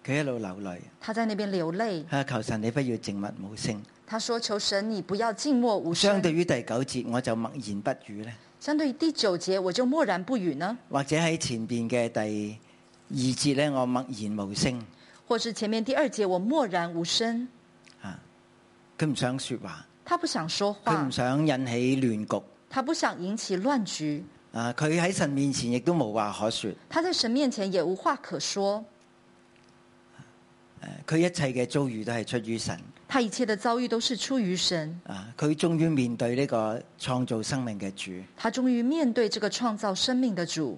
佢一路流淚。
他在那邊流淚。
啊，求神你不要靜默無聲。
他说：“求神，你不要靜默無
相
聲。
對於第九節，我就默然不語呢，”
相對於第九節，我就默然不語呢，
或者喺前邊嘅第二節呢，我默然無聲。
或是前面第二節，我默然無聲。
佢唔想説話，
他不想說
佢
話
唔，想引起亂局。
他不想引起亂局，
啊！佢喺神面前亦都無話可説，
他在神面前也無話可說。
誒啊佢一切嘅遭遇都係出於神。
他一切的遭遇都是出於神。
啊！佢終於面對呢個創造生命嘅主，
他终于面对这个创造生命的主，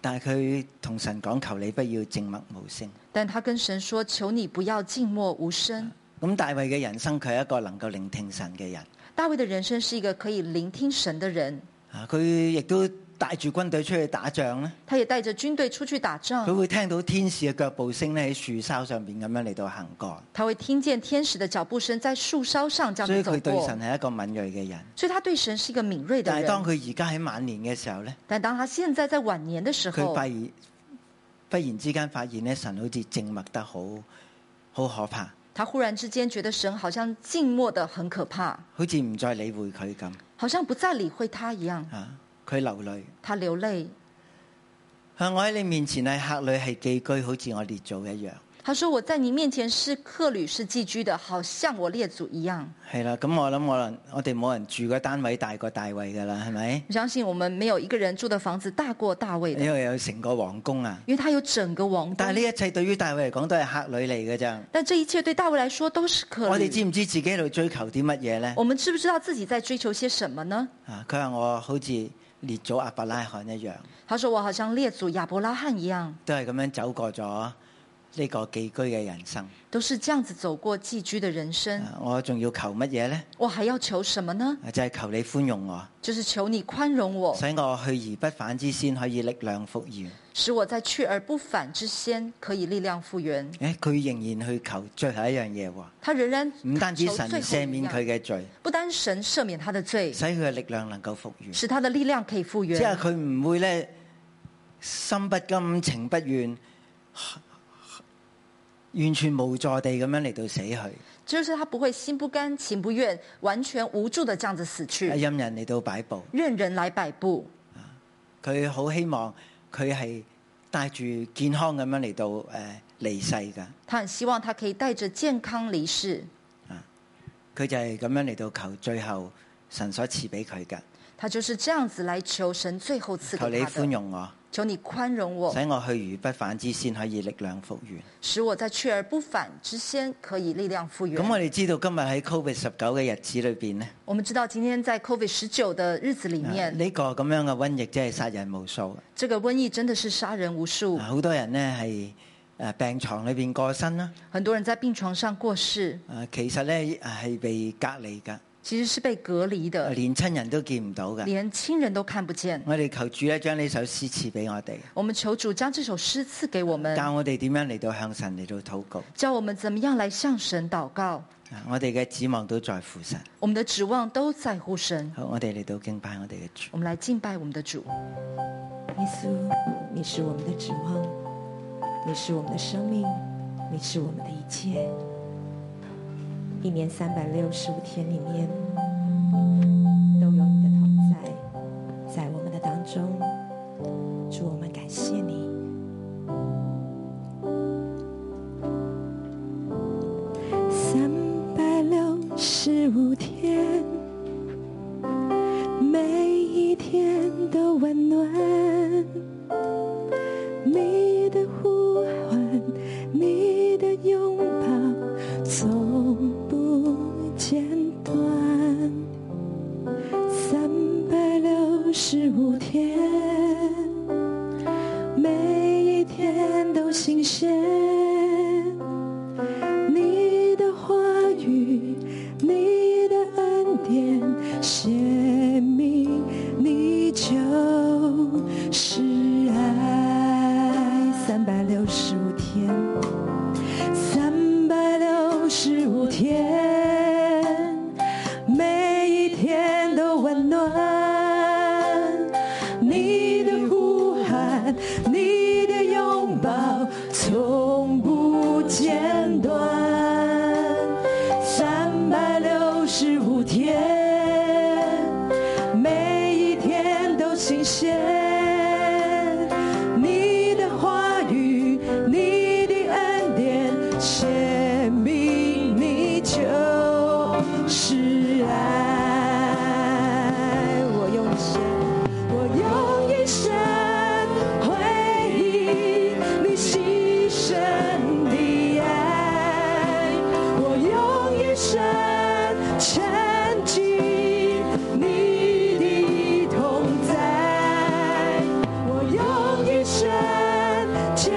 但係佢同神講：求你不要靜默無聲。
但他跟神说：“求你不要静默無聲。
咁大衛嘅人生，佢係一個能夠聆聽神嘅人。”
大卫的人生是一个可以聆听神的人，
啊！佢亦都帶住軍隊出去打仗咧，
他也带着军队出去打
佢
仗，
會聽到天使嘅腳步聲咧喺樹梢上邊咁樣嚟到行過，
他会听见天使的脚步声在树梢上这
所以
样走
佢對
过
神，係一個敏鋭嘅人。
所以他对神是一个敏锐的
但係
人。
當佢而家喺晚年嘅時候咧，
但当他现在在晚年的时
佢忽，
候
然忽然之間發現咧，神好似靜默得好好可怕，
他忽然之间觉得神好像静默的很可怕，
好似唔再理會佢咁
好像不再理会他一样。
啊！佢流淚。
他流泪，
向我喺你面前係客旅係寄居，好似我列祖一樣。
他说：“我在你面前是客旅，是寄居的，好像我列祖一样。”
係啦，咁我諗我能我哋冇人住嘅單位大過大衛㗎啦，係咪？
我相信我们没有一个人住的房子大过大卫的，
因為有成個皇宮啊。
因为他有整个王
哎但係呢
宫。
一切對於大衛嚟講都係客旅嚟嘅咋。
但这一切对大卫来说都是可
我哋
旅。
知唔知自己喺度追求啲乜嘢呢？
嗯我们知不知道自己在追求些什么呢？
啊，佢話我好似列祖阿伯拉罕一樣，
他说：“我好像列祖亚伯拉罕一样，
都係咁樣走過咗呢個寄居嘅人生。
都是这样子走过寄居的人生。
啊我仲要求乜嘢呢？
我还要求什么呢？
啊就係求你寬容我，
就是求你宽容我，
使我去而不返之先可以力量復原。
使我在去而不返之先可以力量复原。
誒，佢仍然去求最後一樣嘢喎。”
他仍然
唔單止
求
神
最后
赦
一
免
样
佢，嘅罪，
不单神赦免他的罪，
使佢嘅力量能夠復原，
使他的力量可以复
即係
原。
佢唔會咧心不甘情不願，完全無助地咁樣嚟到死去，
就是他不会心不甘情不愿，完全无助的这样子死去，
任人嚟到擺佈。
任人来摆布。
佢好希望佢係帶住健康咁樣嚟到誒離世㗎，
他很希望他可以带着健康离世，
佢就係咁樣嚟到求最後神所賜俾佢㗎。
他就是这样子来求神最后赐
求你
给他
寬
的。
容我，
求你宽容我
使，我去而不返之先可以力量復原。
使我在去而不返之先可以力量复原
咁。我哋知道今日喺 Covid 十九嘅日子裏邊呢。啊
我们知道今天在 COVID 十九的日子里面，
呢個咁樣嘅瘟疫真係殺人無數，啊
这个瘟疫真的是杀人无数
啊，好多人呢係誒病床裏邊過身啦。
很多人在病床上過世，
誒其實咧係被隔離㗎，
其實是被隔離的，
連親人都見唔到㗎。
連親人都看不見。
我哋求主咧將呢首詩賜俾我哋，
我們求主將這首詩賜給我們，
教我哋點樣嚟到向神嚟到禱告。
教我們怎麼樣來向神禱告。
啊我哋嘅指望都在乎神。
我們的指望都在乎神。
好，我哋嚟到敬拜我哋嘅主。
我們來敬拜我們的主。
耶稣，你是我们的指望，你是我们的生命，你是我们的一切。一年三百六十五天里面，都有你的同在，在我们的当中。主，我们感谢你。三百六十五天。每一天都温暖。你的呼唤，你的拥抱，从不间断。三百六十五天，每一天都新鲜。你的话语，你的恩典，写明你就是爱。三百六十五天，三百六十五天，每一天都温暖。你的呼喊，你的拥抱，从不间断。三百六十五天，每一天都新鲜。你的话语，你的恩典，显明你就是爱。我用一生，我用一生回忆你牺牲的爱，我用一生沉浸你的同在，我用一生坚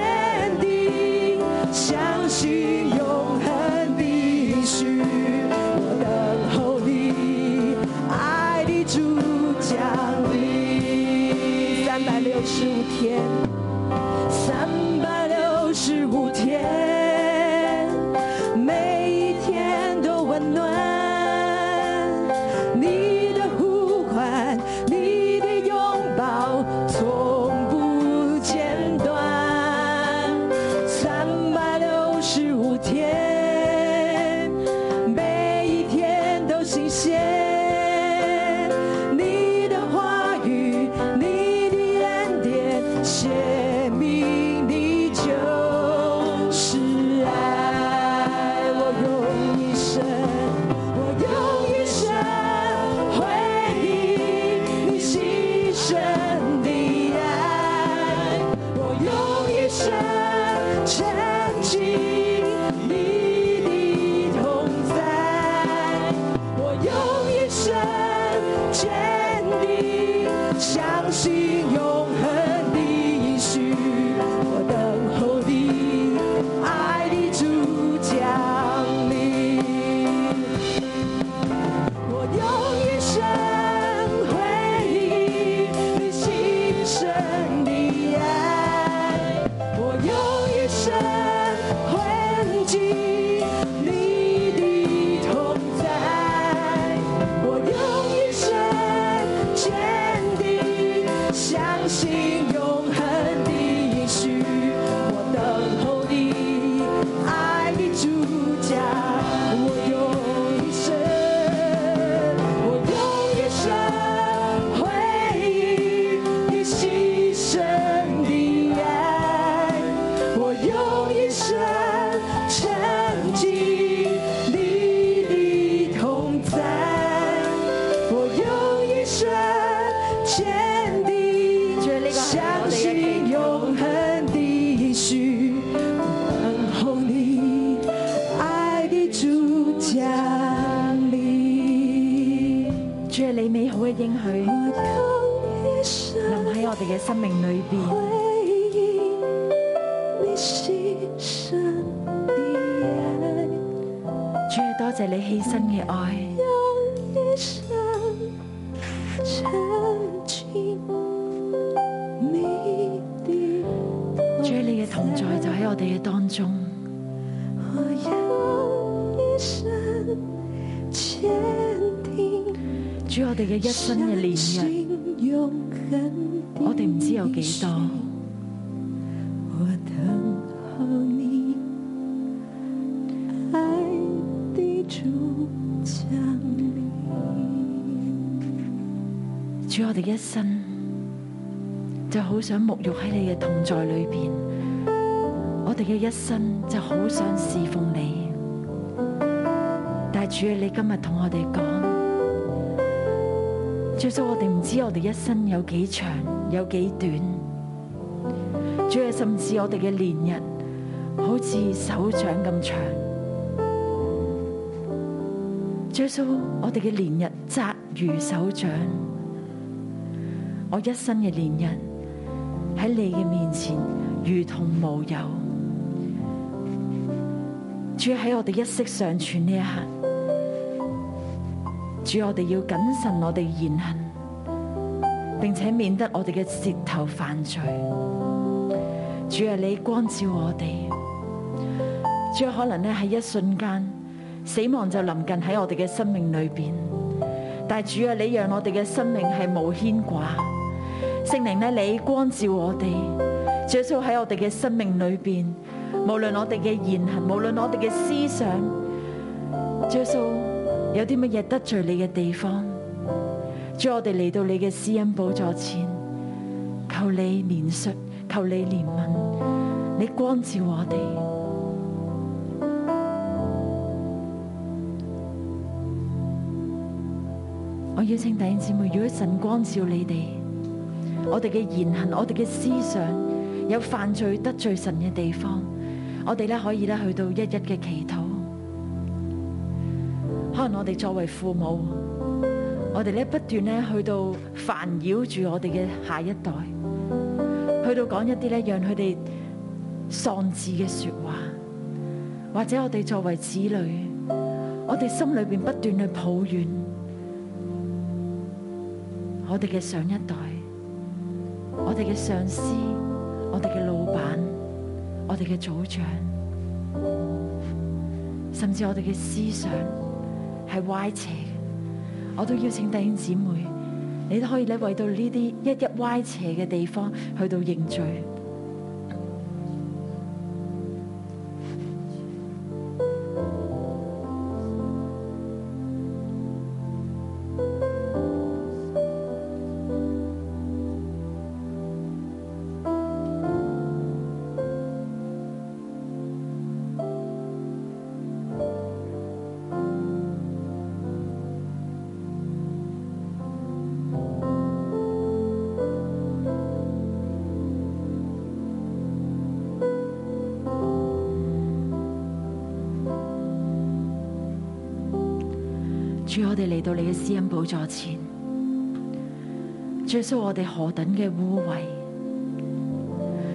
定相信永恒的许，我等候你爱的主降临。三百六十五天，三百六十五天，每一天都温暖。你的呼唤，你的拥抱，从不间断。三百六十五天，每一天都新鲜。你的话语，你的恩典，写明你就是爱。我用一生，我用一生回忆你牺牲的爱，我用一生沉浸你的同在，我用一生坚定相信永恒的应许，我等候你爱的主降临。我用一生回忆你心生的爱，我用一生混迹你的同在，我用一生坚定相信永恒的应许，我等候你爱的主角，我用一生。我用一生回忆你牺牲的爱，我用一生沉浸你的同在，我用一生坚定相信永恒的应许，等候你愛的主降臨。
主係你美好嘅應許
我靠一生
臨喺我哋嘅生命裏边，
回憶你犧牲
谢你牺牲嘅爱，
一生沉浸你的
主你嘅同在就喺我哋嘅当中，
我要一生坚定，
主我哋嘅一生
相
嘅年日，
信永恒的
我哋唔知有几多，
我等候你，爱的主降临。
主我哋一生就好想沐浴喺你嘅同在里边，我哋嘅一生就好想侍奉你，但系主啊，你今日同我哋讲，最初我哋唔知我哋一生有几长，有几短。主啊，甚至我哋嘅年日好似手掌咁長。主耶穌，我哋嘅年日窄如手掌，我一生嘅年日喺你嘅面前如同無有。主喺我哋一息尚存呢一刻，主我哋要謹慎我哋嘅言行，並且免得我哋嘅舌頭犯罪。主啊，你光照我哋。主啊，可能咧喺一瞬間，死亡就臨近喺我哋嘅生命裏邊。但係主啊，你讓我哋嘅生命係無牽掛。聖靈咧，你光照我哋，主耶穌喺我哋嘅生命裏邊，無論我哋嘅言行，無論我哋嘅思想，主耶穌有啲乜嘢得罪你嘅地方，主啊我哋嚟到你嘅施恩寶座前。求你憐恤，求你憐憫，你光照我哋。我邀請弟兄姊妹，如果神光照你哋，我哋嘅言行，我哋嘅思想有犯罪得罪神嘅地方，我哋咧可以咧去到一一嘅祈禱。可能我哋作為父母。我哋咧不斷咧去到煩擾住我哋嘅下一代，去到講一啲咧讓佢哋喪志嘅说話，或者我哋作為子女，我哋心裏邊不斷去抱怨我哋嘅上一代，我哋嘅上司，我哋嘅老闆，我哋嘅組長，甚至我哋嘅思想係歪斜嘅。我都邀請弟兄姊妹，你都可以咧為到呢啲一一歪斜嘅地方去到認罪。主，我哋嚟到你嘅施恩寶座前，主耶穌，我哋何等嘅污穢！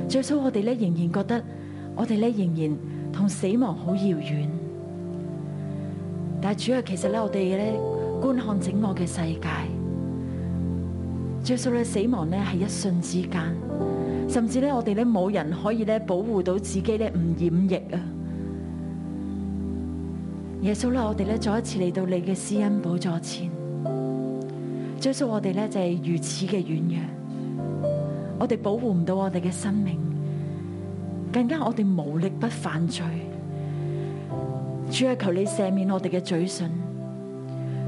主耶穌，我哋咧仍然覺得，我哋咧仍然同死亡好遙遠。但係主啊，其實咧，我哋咧觀看整個嘅世界，主耶穌咧死亡咧係一瞬之間，甚至咧我哋咧冇人可以咧保護到自己咧唔染疫啊！耶穌啦，我哋咧再一次嚟到你嘅施恩寶座前，耶穌我哋咧就係如此嘅軟弱，我哋保護唔到我哋嘅生命，更加我哋無力不犯罪。主啊，求你赦免我哋嘅罪信。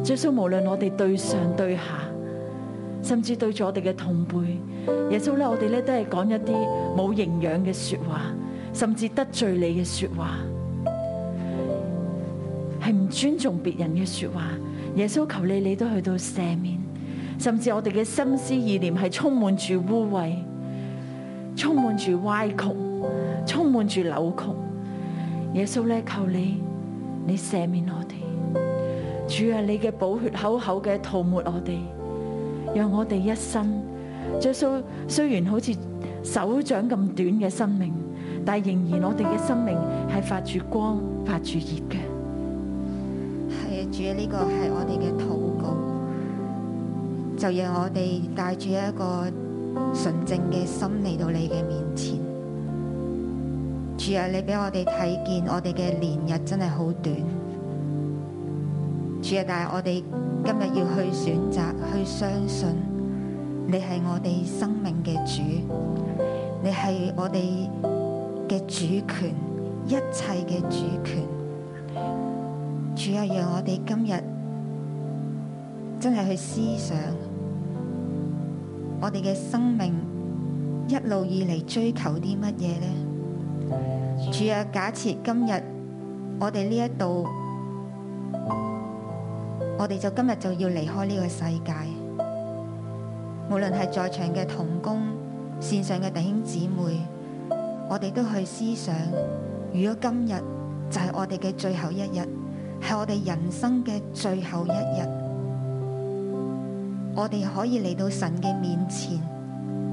耶穌無論我哋對上對下，甚至對住我哋嘅同輩，耶穌咧，我哋咧都係講一啲冇營養嘅說話，甚至得罪你嘅说話。係唔尊重別人嘅说話。耶穌求你，你都去到赦免，甚至我哋嘅心思意念係充滿住污穢，充滿住歪曲，充滿住扭曲。耶穌咧，求你，你赦免我哋。主啊，你嘅寶血口口嘅塗抹我哋，讓我哋一生。耶穌雖然好似手掌咁短嘅生命，但係仍然我哋嘅生命係發住光、發住熱嘅。
主呢個係我哋嘅禱告，就讓我哋帶住一個純正嘅心嚟到你嘅面前。主啊，你俾我哋睇見我哋嘅年日真係好短。主啊，但係我哋今日要去選擇去相信，你係我哋生命嘅主，你係我哋嘅主權，一切嘅主權。主啊，讓我哋今日真係去思想，我哋嘅生命一路以嚟追求啲乜嘢呢？主啊，假設今日我哋呢一度，我哋就今日就要離開呢個世界，無論係在場嘅童工、線上嘅弟兄姊妹，我哋都去思想，如果今日就係我哋嘅最後一日。系我哋人生嘅最後一日，我哋可以嚟到神嘅面前，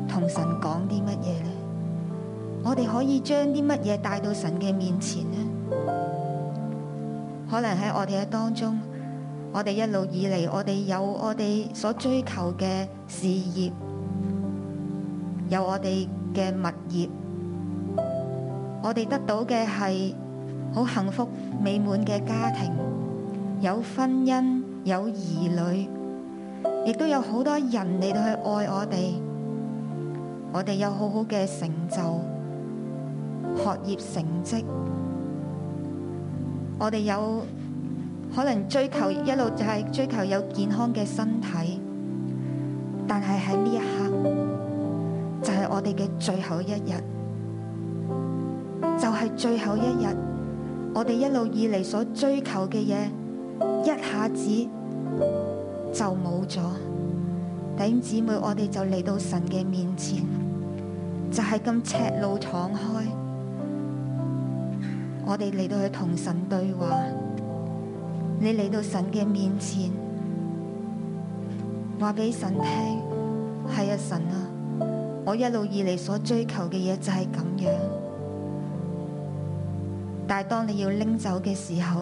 同神講啲乜嘢呢？我哋可以將啲乜嘢帶到神嘅面前呢？可能喺我哋嘅當中，我哋一路以嚟，我哋有我哋所追求嘅事業，有我哋嘅物業，我哋得到嘅係。好幸福美滿嘅家庭，有婚姻，有兒女，亦都有好多人嚟到去愛我哋。我哋有好好嘅成就，學業成績，我哋有可能追求一路就係追求有健康嘅身體，但係喺呢一刻就係、我哋嘅最後一日，就係、最後一日。我哋一路以嚟所追求嘅嘢，一下子就冇咗。弟兄姊妹，我哋就嚟到神嘅面前，就係、咁赤露敞開。我哋嚟到去同神對話，你嚟到神嘅面前，話俾神聽，係啊神啊，我一路以嚟所追求嘅嘢就係咁樣。但係當你要拎走嘅時候，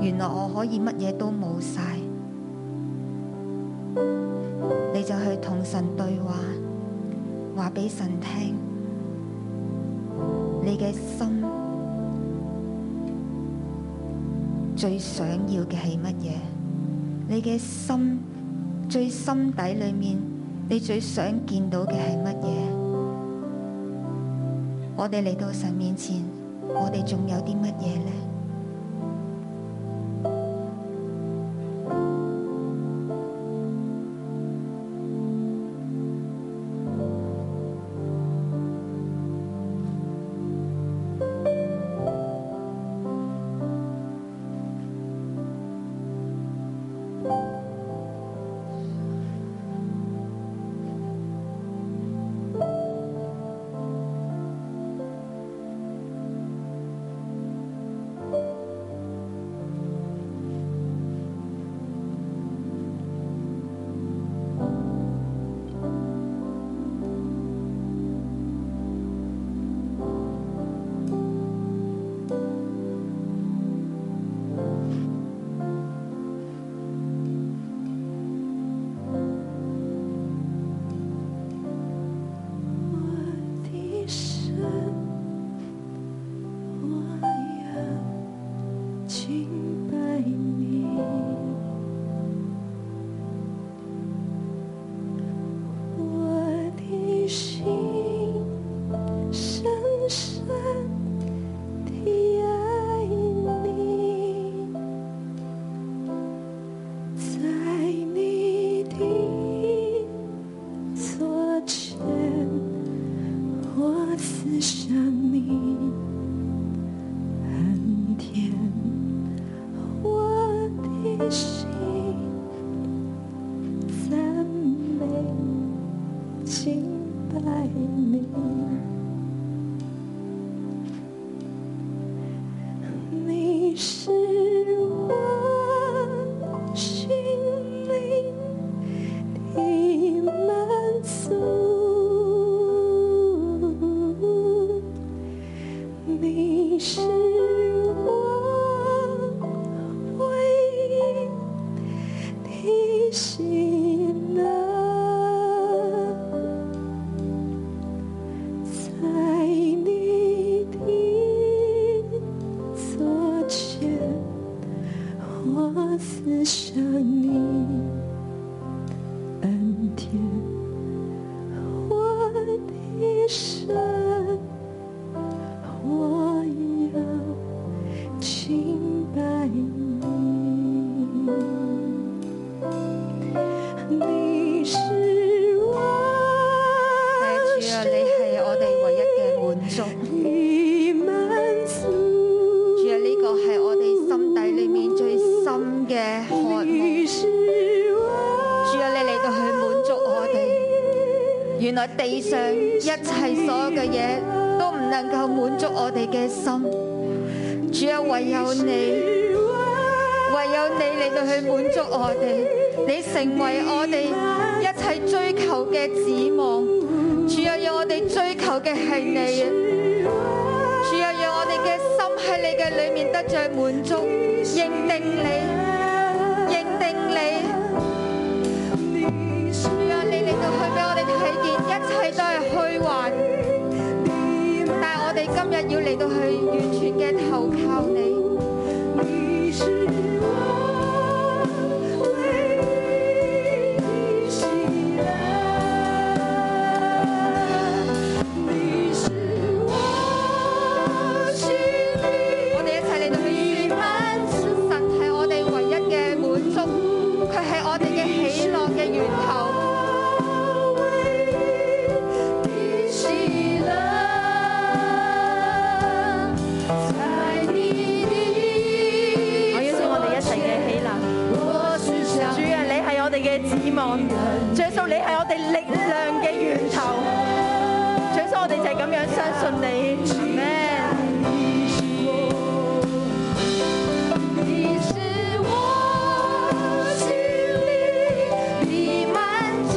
原來我可以乜嘢都冇晒，你就去同神對話，話俾神聽，你嘅心最想要嘅係乜嘢？你嘅心最心底裏面，你最想見到嘅係乜嘢？我哋嚟到神面前。我哋仲有啲乜嘢呢？
的神，我要敬拜你，我的心深深地爱你，在你的左前。我思想你恩典，我的心赞美敬拜你。你是我心灵的满足，你是我唯
感谢你恩典，我的神，我要敬拜你。你是我
主啊，你系我哋唯一嘅满足。
的满足。
主啊，呢个系我哋心底里面最深嘅渴望。
你是我
主啊，你嚟到去满足我哋。原来地上一切所有嘅嘢都唔能够满足我哋嘅心。主啊，唯有你。唯有你嚟到去滿足我哋，你成為我哋一切追求嘅指望。主啊，讓我哋追求嘅係你。主啊，讓我哋嘅心喺你嘅裏面得着滿足，認定你，認定你。主啊，你令到去俾我哋睇見，一切都係虛幻。但係我哋今日要嚟到去完全嘅投靠你。
你是我唯一的喜乐，你是我心里
我哋一齊嚟到去宣告，神係我哋唯一嘅滿足，佢係我哋嘅喜樂嘅源頭。
的喜乐，在你的
我邀請我哋一齊嘅起立。主啊，你係我哋嘅指望，主耶穌，你係我哋力量嘅源頭。主耶穌，我哋就係咁樣相信你。阿門
你是我心里的满足，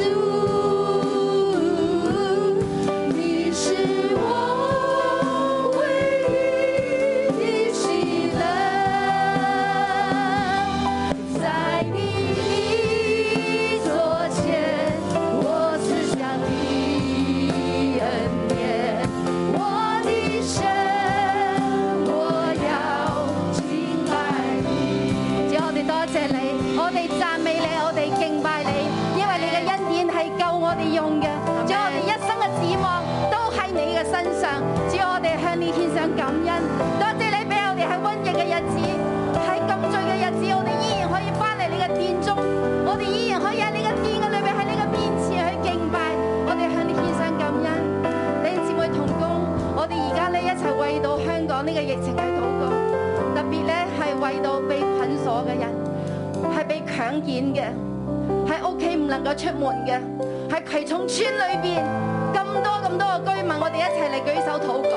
你是我唯一的喜乐，在你左前，我思想你恩典。我的神，我要敬拜你。
主，我哋多謝你，我哋讚美你，我哋敬拜你，因為你嘅恩典係夠我哋用嘅。主，我哋一生嘅指望都喺你嘅身上。主，我哋向你獻上感恩，多謝你俾我哋喺瘟疫嘅日子，喺禁罪嘅日子，我哋依然可以翻嚟你嘅殿中，我哋依然可以喺你嘅殿嘅裏面，喺你嘅面前去敬拜。我哋向你獻上感恩，你姊妹同工，我哋而家呢一齊為到香港呢個疫情去禱告。特別咧係為到被捆鎖嘅人，係被強檢嘅，喺屋企唔能夠出門嘅，喺葵涌村裏邊咁多咁多嘅居民，我哋一齊嚟舉手禱告。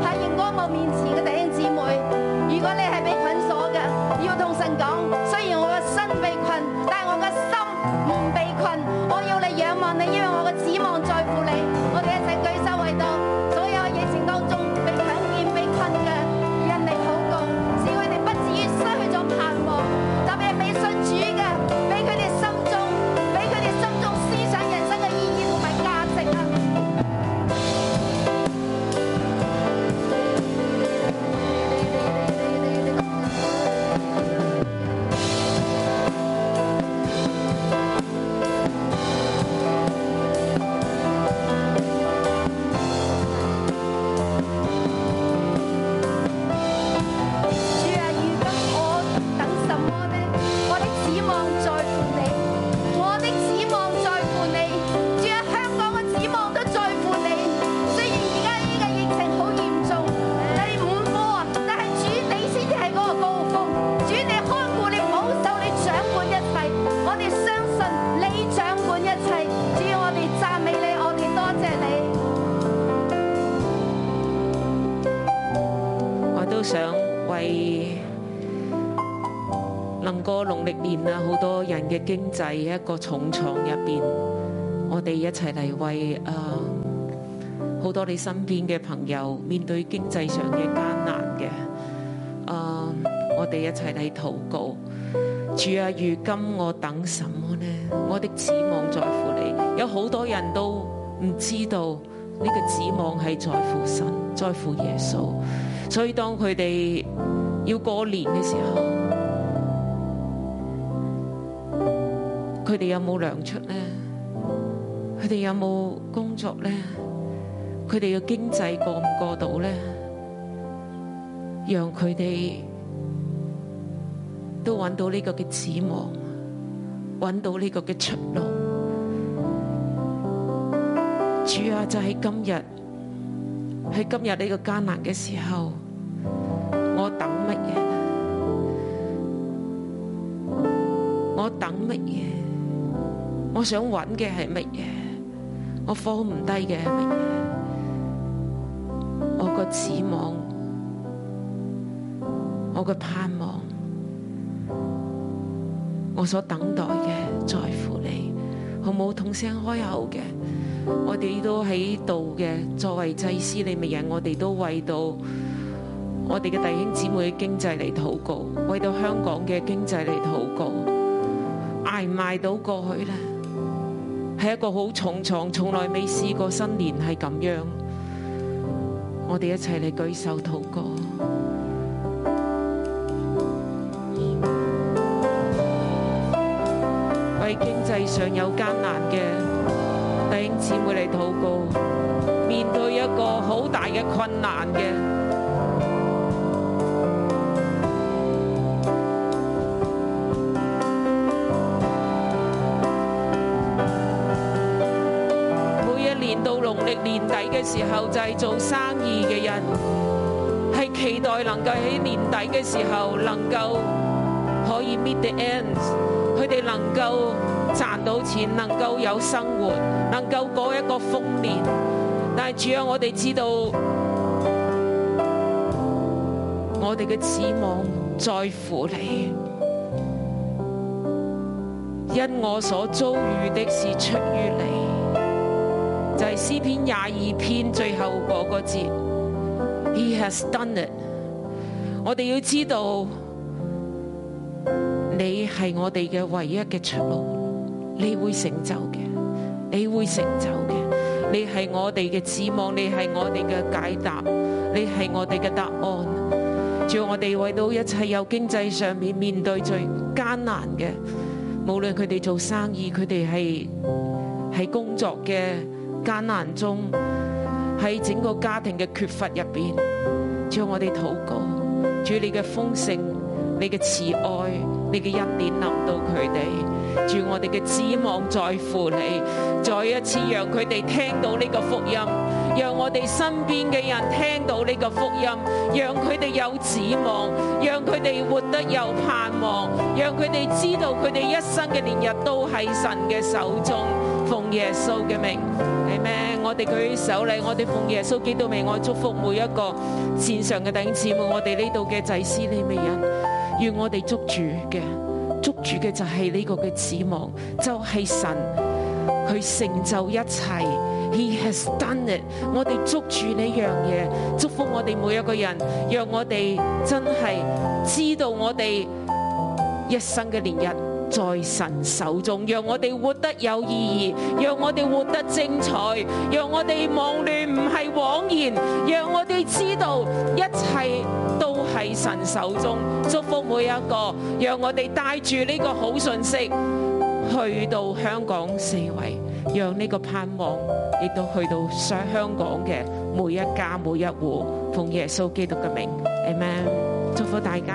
喺熒光幕面前嘅弟兄姊妹，如果你係被捆鎖嘅，要同神講，雖然我嘅身被困，但係我嘅心唔被困。我要你仰望你，因為我嘅指望在乎你。我哋一齊舉手為到所有疫情當中被強檢、被困嘅人嚟禱告，使佢哋不至於失去咗盼望。特別係未信主嘅，俾佢哋心中，俾佢哋心中思想人生嘅意義同埋價值啊！主啊，如今我等什麼呢？我的指望在乎你，我的指望在乎你。主啊，香港嘅指望都在乎你。雖然而家呢個疫情好嚴重，第五波啊，但係主你先至係嗰個高峰。主你看顧你保守你掌管一切，我哋相信你掌管一切。主我哋讚美你，我哋多謝你。
我都想為能過農曆年啊，好多人嘅經濟一個重創入邊，我哋一齊嚟為啊好、多你身邊嘅朋友面對經濟上嘅艱難嘅，啊、我哋一齊嚟禱告。主啊，如今我等什麼呢？我的指望在乎你。有好多人都唔知道呢個指望係在乎神，在乎耶穌。所以當佢哋要過年嘅時候，佢哋有冇糧出呢？佢哋有冇工作呢？佢哋嘅經濟過唔過到呢？讓佢哋都揾到呢個嘅指望，揾到呢個嘅出路。主啊，就喺今日，喺今日呢個艱難嘅時候，我等乜嘢呢？我等乜嘢？我想揾嘅係乜嘢？我放唔低嘅係乜嘢？我個指望，我嘅盼望，我所等待嘅在乎你，好冇同聲開口嘅。我哋都喺度嘅，作為祭司你咪人，我哋都為到。我哋嘅弟兄姊妹嘅經濟嚟禱告，為到香港嘅經濟嚟禱告，捱唔捱到過去呢？係一個好重創，從來未試過新年係咁樣。我哋一齊嚟舉手禱告。為經濟上有艱難嘅弟兄姊妹嚟禱告，面對一個好大嘅困難嘅。每一年到農曆年底嘅時候，就係做生意嘅人，係期待能夠喺年底嘅時候能夠可以 meet the ends，佢哋能夠賺到錢，能夠有生活，能夠過一個豐年。但係主啊，我哋知道我哋嘅指望在乎你。因我所遭遇的事出於你。就係詩篇廿二篇最後嗰個節，He has done it。我哋要知道，你係我哋嘅唯一嘅出路，你會成就嘅，你會成就嘅，你係我哋嘅指望，你係我哋嘅解答，你係我哋嘅答案。仲有我哋為到一切有經濟上面面對最艱難嘅，無論佢哋做生意，佢哋係喺工作嘅艱難中，喺整個家庭嘅缺乏入邊，主我哋禱告，主你嘅豐盛、你嘅慈愛、你嘅恩典臨到佢哋，主我哋嘅指望在乎你，再一次讓佢哋聽到呢個福音，讓我哋身邊嘅人聽到呢個福音，讓佢哋有指望，讓佢哋活得有盼望，讓佢哋知道佢哋一生嘅年日都喺神嘅手中，奉耶穌嘅名。係咩？我哋舉手嚟，我哋奉耶穌基督名，我祝福每一個線上嘅弟兄姊妹，我哋呢度嘅祭司呢美人，願我哋捉住嘅，捉住嘅就係呢個嘅指望，就係、神去成就一切。He has done it。我哋捉住呢樣嘢，祝福我哋每一個人，讓我哋真係知道我哋。一生嘅年日在神手中，讓我哋活得有意義，讓我哋活得精彩，讓我哋忙亂唔係枉然，讓我哋知道一切都喺神手中。祝福每一個，讓我哋帶住呢個好信息去到香港四圍，讓呢個盼望亦都去到上香港嘅每一家每一戶，奉耶穌基督嘅名，阿門。祝福大家。